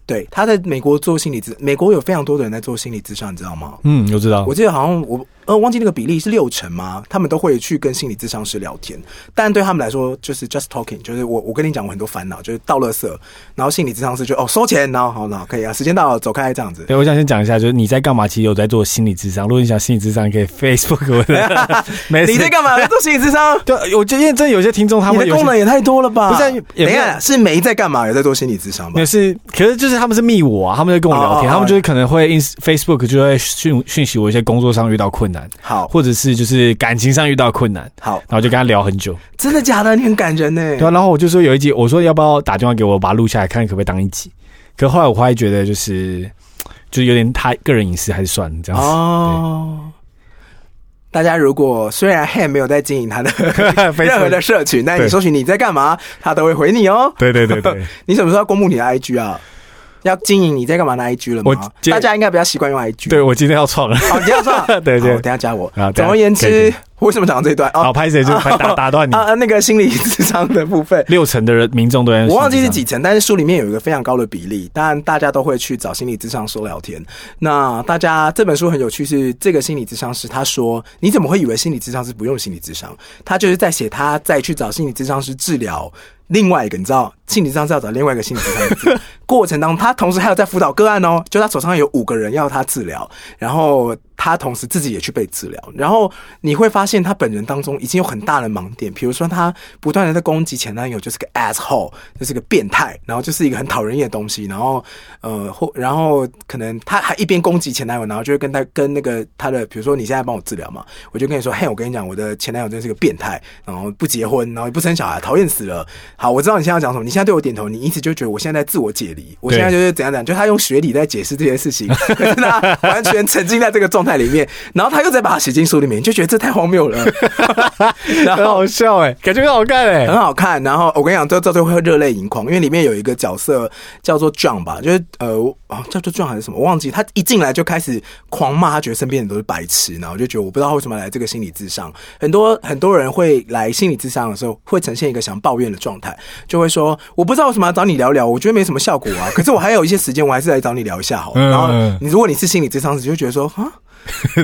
Speaker 2: 对他在美国做心理咨，美国有非常多的人在做心理咨商，你知道吗？
Speaker 3: 嗯，我知道
Speaker 2: 我。记得好像我呃忘记那个比例是六成吗？他们都会去跟心理咨商师聊天，但对他们来说就是 just talking，就是我我跟你讲我很多烦恼，就是倒垃圾，然后心理咨商师就哦收钱，然后好那可以啊，时间到了走开这样子。
Speaker 3: 对，我想先讲一下，就是你在干嘛？其实有在做心理智商。如果你想心理智商，你可以 Facebook 我
Speaker 2: [laughs]
Speaker 3: 的。没事
Speaker 2: 你在干嘛？在做心理咨商？
Speaker 3: 对，我觉得因为真的有些听众 [laughs] 他
Speaker 2: 你
Speaker 3: 们
Speaker 2: 的
Speaker 3: 有
Speaker 2: 功
Speaker 3: 些
Speaker 2: 能也太多了吧？
Speaker 3: 不是啊也
Speaker 2: 等一
Speaker 3: 没有
Speaker 2: 下是没在干嘛，有在做心理咨商吧
Speaker 3: 没有？是，可是就是他们是密我啊，他们在跟我聊天，
Speaker 2: 哦哦哦
Speaker 3: 他们就是可能会 ins Facebook 就会讯讯息我一些工作上遇到困难，
Speaker 2: 好
Speaker 3: 或者是就是感情上遇到困难，
Speaker 2: 好，
Speaker 3: 然后就跟他聊很久。
Speaker 2: 真的假的？你很感人呢、
Speaker 3: 对啊，然后我就说有一集，我说要不要打电话给我，把它录下来，看可不可以当一集。可后来我后来觉得就是就是有点他个人隐私，还是算了这样子。 [laughs]
Speaker 2: 哦。大家如果虽然 Han 没有在经营
Speaker 3: [laughs]
Speaker 2: 他的任何的社群，但你
Speaker 3: 对
Speaker 2: 搜寻你在干嘛，他都会回你哦。
Speaker 3: 对对
Speaker 2: [laughs]
Speaker 3: 对对，
Speaker 2: 你什么时候要公布你的 IG 啊？要经营你在干嘛的 IG 了
Speaker 3: 我
Speaker 2: 吗？
Speaker 3: 接
Speaker 2: 大家应该比较习惯用 IG。
Speaker 3: 对，我今天要创了。，
Speaker 2: 好，你要上
Speaker 3: [laughs] 对对
Speaker 2: 好等一下加我
Speaker 3: 啊。等一下
Speaker 2: 总而言
Speaker 3: 可以
Speaker 2: 之，为什么讲到这一段？
Speaker 3: 好，
Speaker 2: 哦，
Speaker 3: 拍谁就拍打打断你
Speaker 2: 啊。啊，那个心理智商的部分，
Speaker 3: 六成的人民众都在，
Speaker 2: 我忘记是几层，但是书里面有一个非常高的比例，当然大家都会去找心理咨商师聊天。那大家这本书很有趣是，这个心理咨商师他说：“你怎么会以为心理咨商师不用心理咨商？他就是在写他再去找心理咨商师治疗。”另外一个，你知道，心理咨商是要找另外一个心理咨商师，过程当中，他同时还有在辅导个案哦，就他手上有五个人要他治疗，然后他同时自己也去被治疗，然后你会发现他本人当中已经有很大的盲点，比如说他不断的在攻击前男友就是个 asshole，就是个变态，然后就是一个很讨人厌的东西，然后呃或然后可能他还一边攻击前男友，然后就会跟他跟那个他的，比如说你现在帮我治疗嘛，我就跟你说，嘿，我跟你讲，我的前男友真是个变态，然后不结婚，然后也不生小孩，讨厌死了。好，我知道你现在要讲什么，你现在对我点头，你一直就觉得我现在在自我解离，我
Speaker 3: 对
Speaker 2: 现在就是怎样怎样，就他用学理在解释这些事情，可是他完全沉浸在这个状态奶里面，然后他又再把它写进书里面，你就觉得这太荒谬了。然
Speaker 3: 很
Speaker 2: 后
Speaker 3: 好笑哎、感觉很好看哎、
Speaker 2: 很好看。然后我跟你讲，到到最后会热泪盈眶，因为里面有一个角色叫做 John 吧，就是呃、哦、叫做 John 还是什么，我忘记。他一进来就开始狂骂，他觉得身边人都是白痴，然后我就觉得我不知道为什么来这个心理智商。很多很多人会来心理智商的时候，会呈现一个想抱怨的状态，就会说我不知道为什么要找你聊聊，我觉得没什么效果
Speaker 3: [laughs]
Speaker 2: 啊。可是我还有一些时间，我还是来找你聊一下好了。
Speaker 3: 嗯
Speaker 2: 然后你如果你是心理智商，你就会觉得说啊。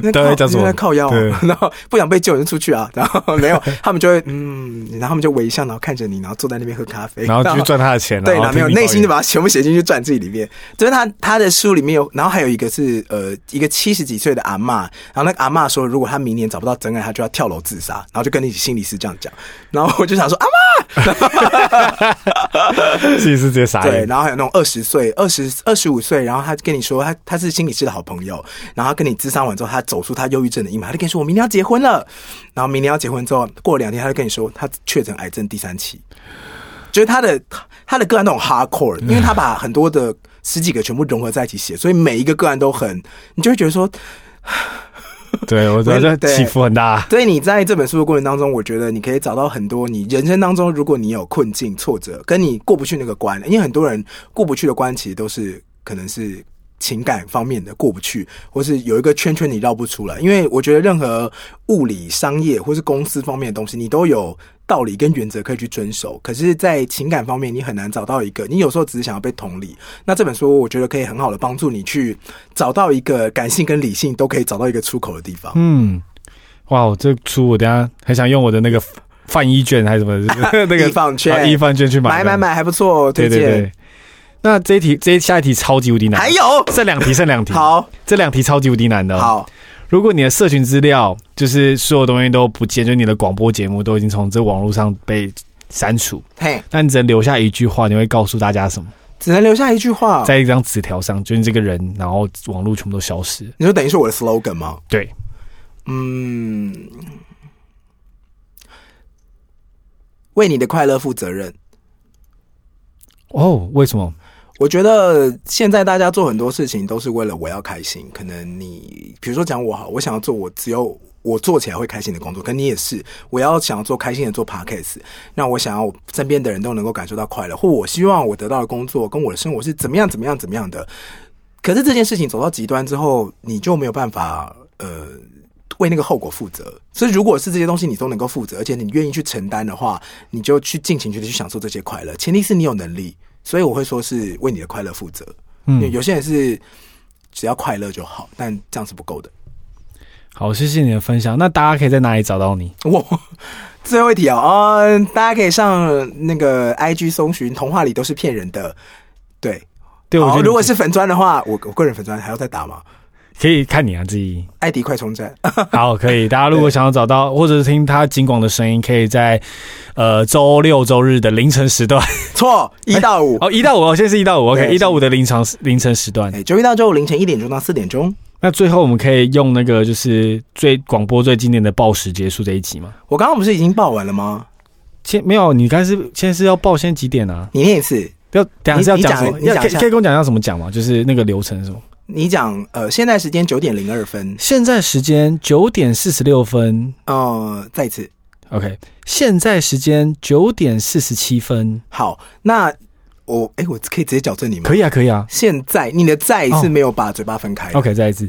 Speaker 2: 那
Speaker 3: [laughs] 大概
Speaker 2: 靠
Speaker 3: 叫什么
Speaker 2: 那靠腰、
Speaker 3: 对
Speaker 2: 啊，然后不想被救人出去啊，然后没有，他们就会嗯，然后他们就微笑，然后看着你，然后坐在那边喝咖啡，
Speaker 3: 然后继续赚他的钱，
Speaker 2: 对，然
Speaker 3: 然
Speaker 2: 后没有内心
Speaker 3: 的
Speaker 2: 就把它全部写进去传记里面。就是他他的书里面有，然后还有一个是呃一个七十几岁的阿嬷，然后那个阿嬷说，如果他明年找不到真爱，他就要跳楼自杀，然后就跟你心理师这样讲，然后我就想说阿啊嬷。 [laughs]
Speaker 3: 自己是直接傻
Speaker 2: 对，
Speaker 3: 眼，
Speaker 2: 然后还有那种二十岁、二十二十五岁，然后他跟你说他他是心理师的好朋友，然后他跟你咨商完之后，他走出他忧郁症的阴霾，他就跟你说我明年要结婚了，然后明年要结婚之后，过了两天他就跟你说他确诊癌症第三期，就是他的他的个案都很 hardcore，因为他把很多的十几个全部融合在一起写，所以每一个个案都很，你就会觉得说，
Speaker 3: 对我觉得
Speaker 2: 对
Speaker 3: 起伏很大，
Speaker 2: 所以你在这本书的过程当中，我觉得你可以找到很多你人生当中，如果你有困境、挫折，跟你过不去那个关，因为很多人过不去的关，其实都是可能是情感方面的过不去，或是有一个圈圈你绕不出来。因为我觉得任何物理、商业或是公司方面的东西，你都有道理跟原则可以去遵守。可是，在情感方面，你很难找到一个，你有时候只是想要被同理。那这本书，我觉得可以很好的帮助你去找到一个感性跟理性都可以找到一个出口的地方。
Speaker 3: 嗯，哇，我这出我等一下很想用我的那个饭衣卷还是
Speaker 2: [laughs]
Speaker 3: 什么，就是那个
Speaker 2: 地方圈
Speaker 3: 啊衣饭卷去
Speaker 2: 买
Speaker 3: 买
Speaker 2: 买，买还不错，推
Speaker 3: 对
Speaker 2: 荐。
Speaker 3: 对对。那这一题，这一下一题超级无敌难，
Speaker 2: 还有，
Speaker 3: 这两题，剩两题，，
Speaker 2: 好
Speaker 3: 这两题超级无敌难的，。
Speaker 2: 好，
Speaker 3: 如果你的社群资料就是所有东西都不见，就是你的广播节目都已经从这网络上被删除，
Speaker 2: 嘿，
Speaker 3: 那你只能留下一句话，你会告诉大家什么？
Speaker 2: 只能留下一句话，
Speaker 3: 在一张纸条上，就是你这个人，然后网络全部都消失。
Speaker 2: 你就等于是我的 slogan 吗？
Speaker 3: 对，
Speaker 2: 嗯，为你的快乐负责任。
Speaker 3: 哦，为什么？
Speaker 2: 我觉得现在大家做很多事情都是为了我要开心。可能你，比如说讲我好，我想要做我只有我做起来会开心的工作，跟你也是，我要想要做开心的做 podcast，那我想要我身边的人都能够感受到快乐，或我希望我得到的工作跟我的生活是怎么样怎么样怎么样的。可是这件事情走到极端之后，你就没有办法呃为那个后果负责。所以，如果是这些东西你都能够负责，而且你愿意去承担的话，你就去尽情地去享受这些快乐，前提是你有能力。所以我会说是为你的快乐负责。因为
Speaker 3: 嗯，
Speaker 2: 有些人是只要快乐就好，但这样是不够的。
Speaker 3: 好，谢谢你的分享。那大家可以在哪里找到你？
Speaker 2: 我最后一题哦，嗯、大家可以上那个 IG 搜寻“童话里都是骗人的”。对，
Speaker 3: 对，我觉
Speaker 2: 好，
Speaker 3: 得
Speaker 2: 如果
Speaker 3: 你
Speaker 2: 是粉砖的话，我我个人粉砖还要再打吗？
Speaker 3: 可以看你啊自己。 [laughs]
Speaker 2: 艾迪快充站， [laughs]
Speaker 3: 好，可以。大家如果想要找到或者是听他金广的声音，可以在呃周六周日的凌晨时段。
Speaker 2: 错，一到五，
Speaker 3: [laughs] 哦，一到五，哦，现在是一到五，OK，
Speaker 2: 对
Speaker 3: 一到五的凌晨凌晨时段。
Speaker 2: 哎，周一到周五凌晨一点钟到四点钟。
Speaker 3: 那最后我们可以用那个就是最广播最经典的报时结束这一集吗？
Speaker 2: 我刚刚不是已经报完了吗？
Speaker 3: 先没有，你刚才是现在是要报先几点啊？
Speaker 2: 你念一次，
Speaker 3: 要等下
Speaker 2: 你
Speaker 3: 是要
Speaker 2: 你
Speaker 3: 讲
Speaker 2: 讲
Speaker 3: 什么？
Speaker 2: 你
Speaker 3: 要
Speaker 2: 讲
Speaker 3: 可
Speaker 2: 一
Speaker 3: 以
Speaker 2: 下
Speaker 3: 可以跟我讲要怎么讲吗？就是那个流程是什么？
Speaker 2: 你讲，呃，现在时间九点零二分，
Speaker 3: 现在时间九点四十六分
Speaker 2: 呃，再一次，
Speaker 3: ，OK，现在时间九点四十七分，
Speaker 2: 好，那我哎、我可以直接矫正你吗？
Speaker 3: 可以啊，可以啊
Speaker 2: 现在你的在
Speaker 3: 哦
Speaker 2: 是没有把嘴巴分开的。
Speaker 3: ，OK，再一次。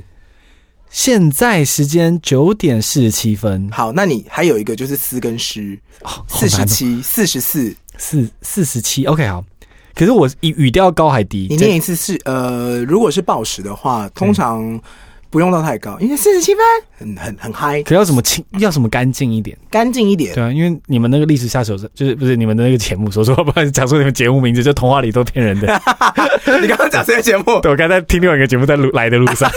Speaker 3: 现在时间九点四十七分，
Speaker 2: 好，那你还有一个就是思跟诗，
Speaker 3: 好
Speaker 2: 四十
Speaker 3: 难哦
Speaker 2: 七、四十四，
Speaker 3: 四四十七，OK 好。可是我语语调高还低，
Speaker 2: 你
Speaker 3: 这
Speaker 2: 念一次是呃，如果是报时的话，通常不用到太高，因为四十七分很很很嗨，
Speaker 3: 可要怎么清，要怎么干净一点？
Speaker 2: 干净一点。
Speaker 3: 对啊，因为你们那个历史下手是就是不是你们的那个节目，说说不然讲出你们节目名字，就童话里都骗人
Speaker 2: [laughs]
Speaker 3: 的。
Speaker 2: 你刚刚讲谁的节目？
Speaker 3: 对，我刚才在听另外一个节目，在路来的路
Speaker 2: [laughs]
Speaker 3: 上，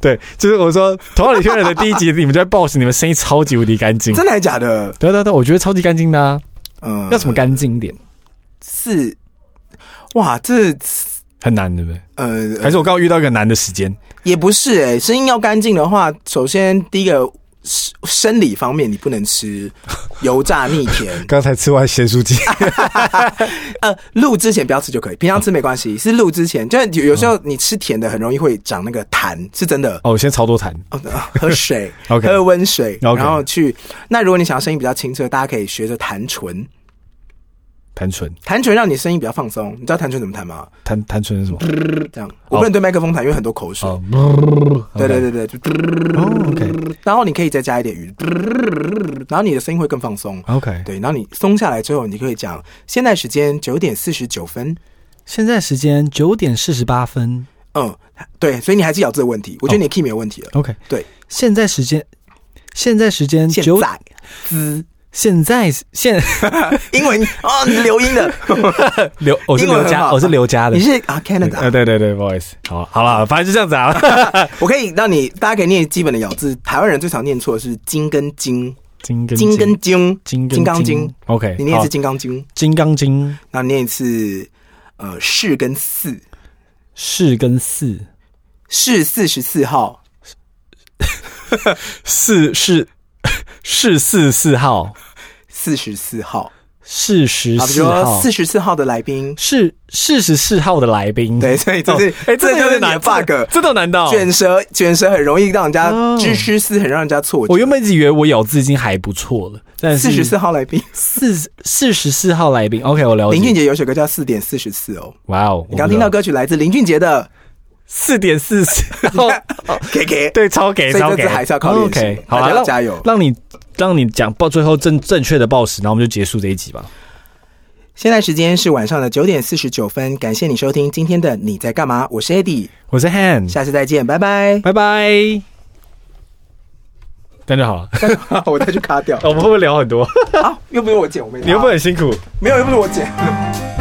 Speaker 3: 对，就是我说童话里骗人的第一集，你们就在 boss，你们声音超级无敌干净。
Speaker 2: 真的还假的？
Speaker 3: 对啊对啊对啊，我觉得超级干净的啊，
Speaker 2: 嗯，
Speaker 3: 要怎么干净一点？
Speaker 2: 四？哇，这
Speaker 3: 很难，对不对？
Speaker 2: 呃
Speaker 3: 还是我刚好遇到一个难的时间，
Speaker 2: 欸也不是哎、声音要干净的话，首先第一个生理方面，你不能吃油炸腻甜，
Speaker 3: 刚才吃完咸酥鸡，
Speaker 2: 呃，录之前不要吃就可以，平常吃没关系。是录之前，就是有有时候你吃甜的很容易会长那个痰，是真的。
Speaker 3: [laughs] 哦，我先超多痰，
Speaker 2: 哦，喝水
Speaker 3: OK
Speaker 2: 喝温水
Speaker 3: OK
Speaker 2: 然后去。那如果你想要声音比较清澈，大家可以学着弹唇，
Speaker 3: 弹唇，
Speaker 2: 弹唇让你声音比较放松。你知道弹唇怎么弹吗？
Speaker 3: 弹弹唇是什么？
Speaker 2: 这样，我不能对麦克风弹，因为很多口水。
Speaker 3: 哦，
Speaker 2: [laughs] 对对对对，就
Speaker 3: 哦，OK
Speaker 2: 然后你可以再加一点鱼，然后你的声音会更放松。
Speaker 3: 哦 OK，
Speaker 2: 对，然后你松下来之后，你就可以讲现在时间九点四十九分。
Speaker 3: 现在时间九点四十八分
Speaker 2: 嗯，对，所以你还是咬字的问题，我觉得你的 key 没有问题了。
Speaker 3: ，OK，
Speaker 2: 对，
Speaker 3: 现在时间，现在时间
Speaker 2: 现
Speaker 3: 九，
Speaker 2: 在滋，
Speaker 3: 现在 [laughs] 现
Speaker 2: 英文哦，你留音
Speaker 3: [laughs]
Speaker 2: 的，
Speaker 3: 刘，我是
Speaker 2: 英文
Speaker 3: 刘
Speaker 2: 很
Speaker 3: 家，
Speaker 2: 好
Speaker 3: 我是刘家的
Speaker 2: 你。是啊
Speaker 3: 呃，
Speaker 2: Canada，
Speaker 3: 对对对，不好意思，好，好了，反正就这样
Speaker 2: [laughs]
Speaker 3: 子啊。
Speaker 2: 我可以让你大家可以念基本的咬字，台湾人最常念错的是金跟金，
Speaker 3: 金跟
Speaker 2: 金跟金，
Speaker 3: 金跟
Speaker 2: 金刚经
Speaker 3: ，OK，
Speaker 2: 你念一
Speaker 3: 好
Speaker 2: 次金刚经，
Speaker 3: 金刚经
Speaker 2: 然后念一次呃是跟四，
Speaker 3: 四跟四，
Speaker 2: 是四十四号，
Speaker 3: 四是 [laughs] 是四四号，
Speaker 2: 四十四号，
Speaker 3: 四十
Speaker 2: 啊，比如
Speaker 3: 四
Speaker 2: 说
Speaker 3: 号
Speaker 2: 四，十四号的来宾，
Speaker 3: 是四十四号的来宾。
Speaker 2: 对，所以就是
Speaker 3: 哦哎，
Speaker 2: 这
Speaker 3: 这
Speaker 2: 就是
Speaker 3: 点
Speaker 2: 你的
Speaker 3: 难
Speaker 2: bug。
Speaker 3: 这都难到。
Speaker 2: 卷舌，卷舌很容易让人家
Speaker 3: 哦
Speaker 2: 知诗思，很让人家错
Speaker 3: 我
Speaker 2: 觉。
Speaker 3: 原本一直以为我咬字已经还不错了，但是
Speaker 2: 四十四号来宾，
Speaker 3: 四四十四号来宾，OK，我了
Speaker 2: 林俊
Speaker 3: 解。
Speaker 2: 杰有首歌叫《四点四十四》哦，
Speaker 3: 哇哦，
Speaker 2: 你刚听到歌曲来自林俊杰的
Speaker 3: 四点四十，然后
Speaker 2: [laughs] K K，
Speaker 3: 对超给
Speaker 2: 所以
Speaker 3: 超
Speaker 2: 这
Speaker 3: 给，
Speaker 2: 次还是要靠练习
Speaker 3: OK，好
Speaker 2: 大家
Speaker 3: 啊
Speaker 2: 要
Speaker 3: 让
Speaker 2: 加油
Speaker 3: 让你让你讲报最后正正确的报时，然后我们就结束这一集吧。
Speaker 2: 现在时间是晚上的九点四十九分，感谢你收听今天的你在干嘛？我是 Eddie，
Speaker 3: 我是 Han，
Speaker 2: 下次再见，拜拜。
Speaker 3: 拜拜。这样就好了。
Speaker 2: [laughs] 我 [laughs] 再去卡掉，
Speaker 3: 我们会不会聊很多？
Speaker 2: 啊，又不是我剪，我没拿，
Speaker 3: 你会不会很辛苦？
Speaker 2: 没有，又不是我剪。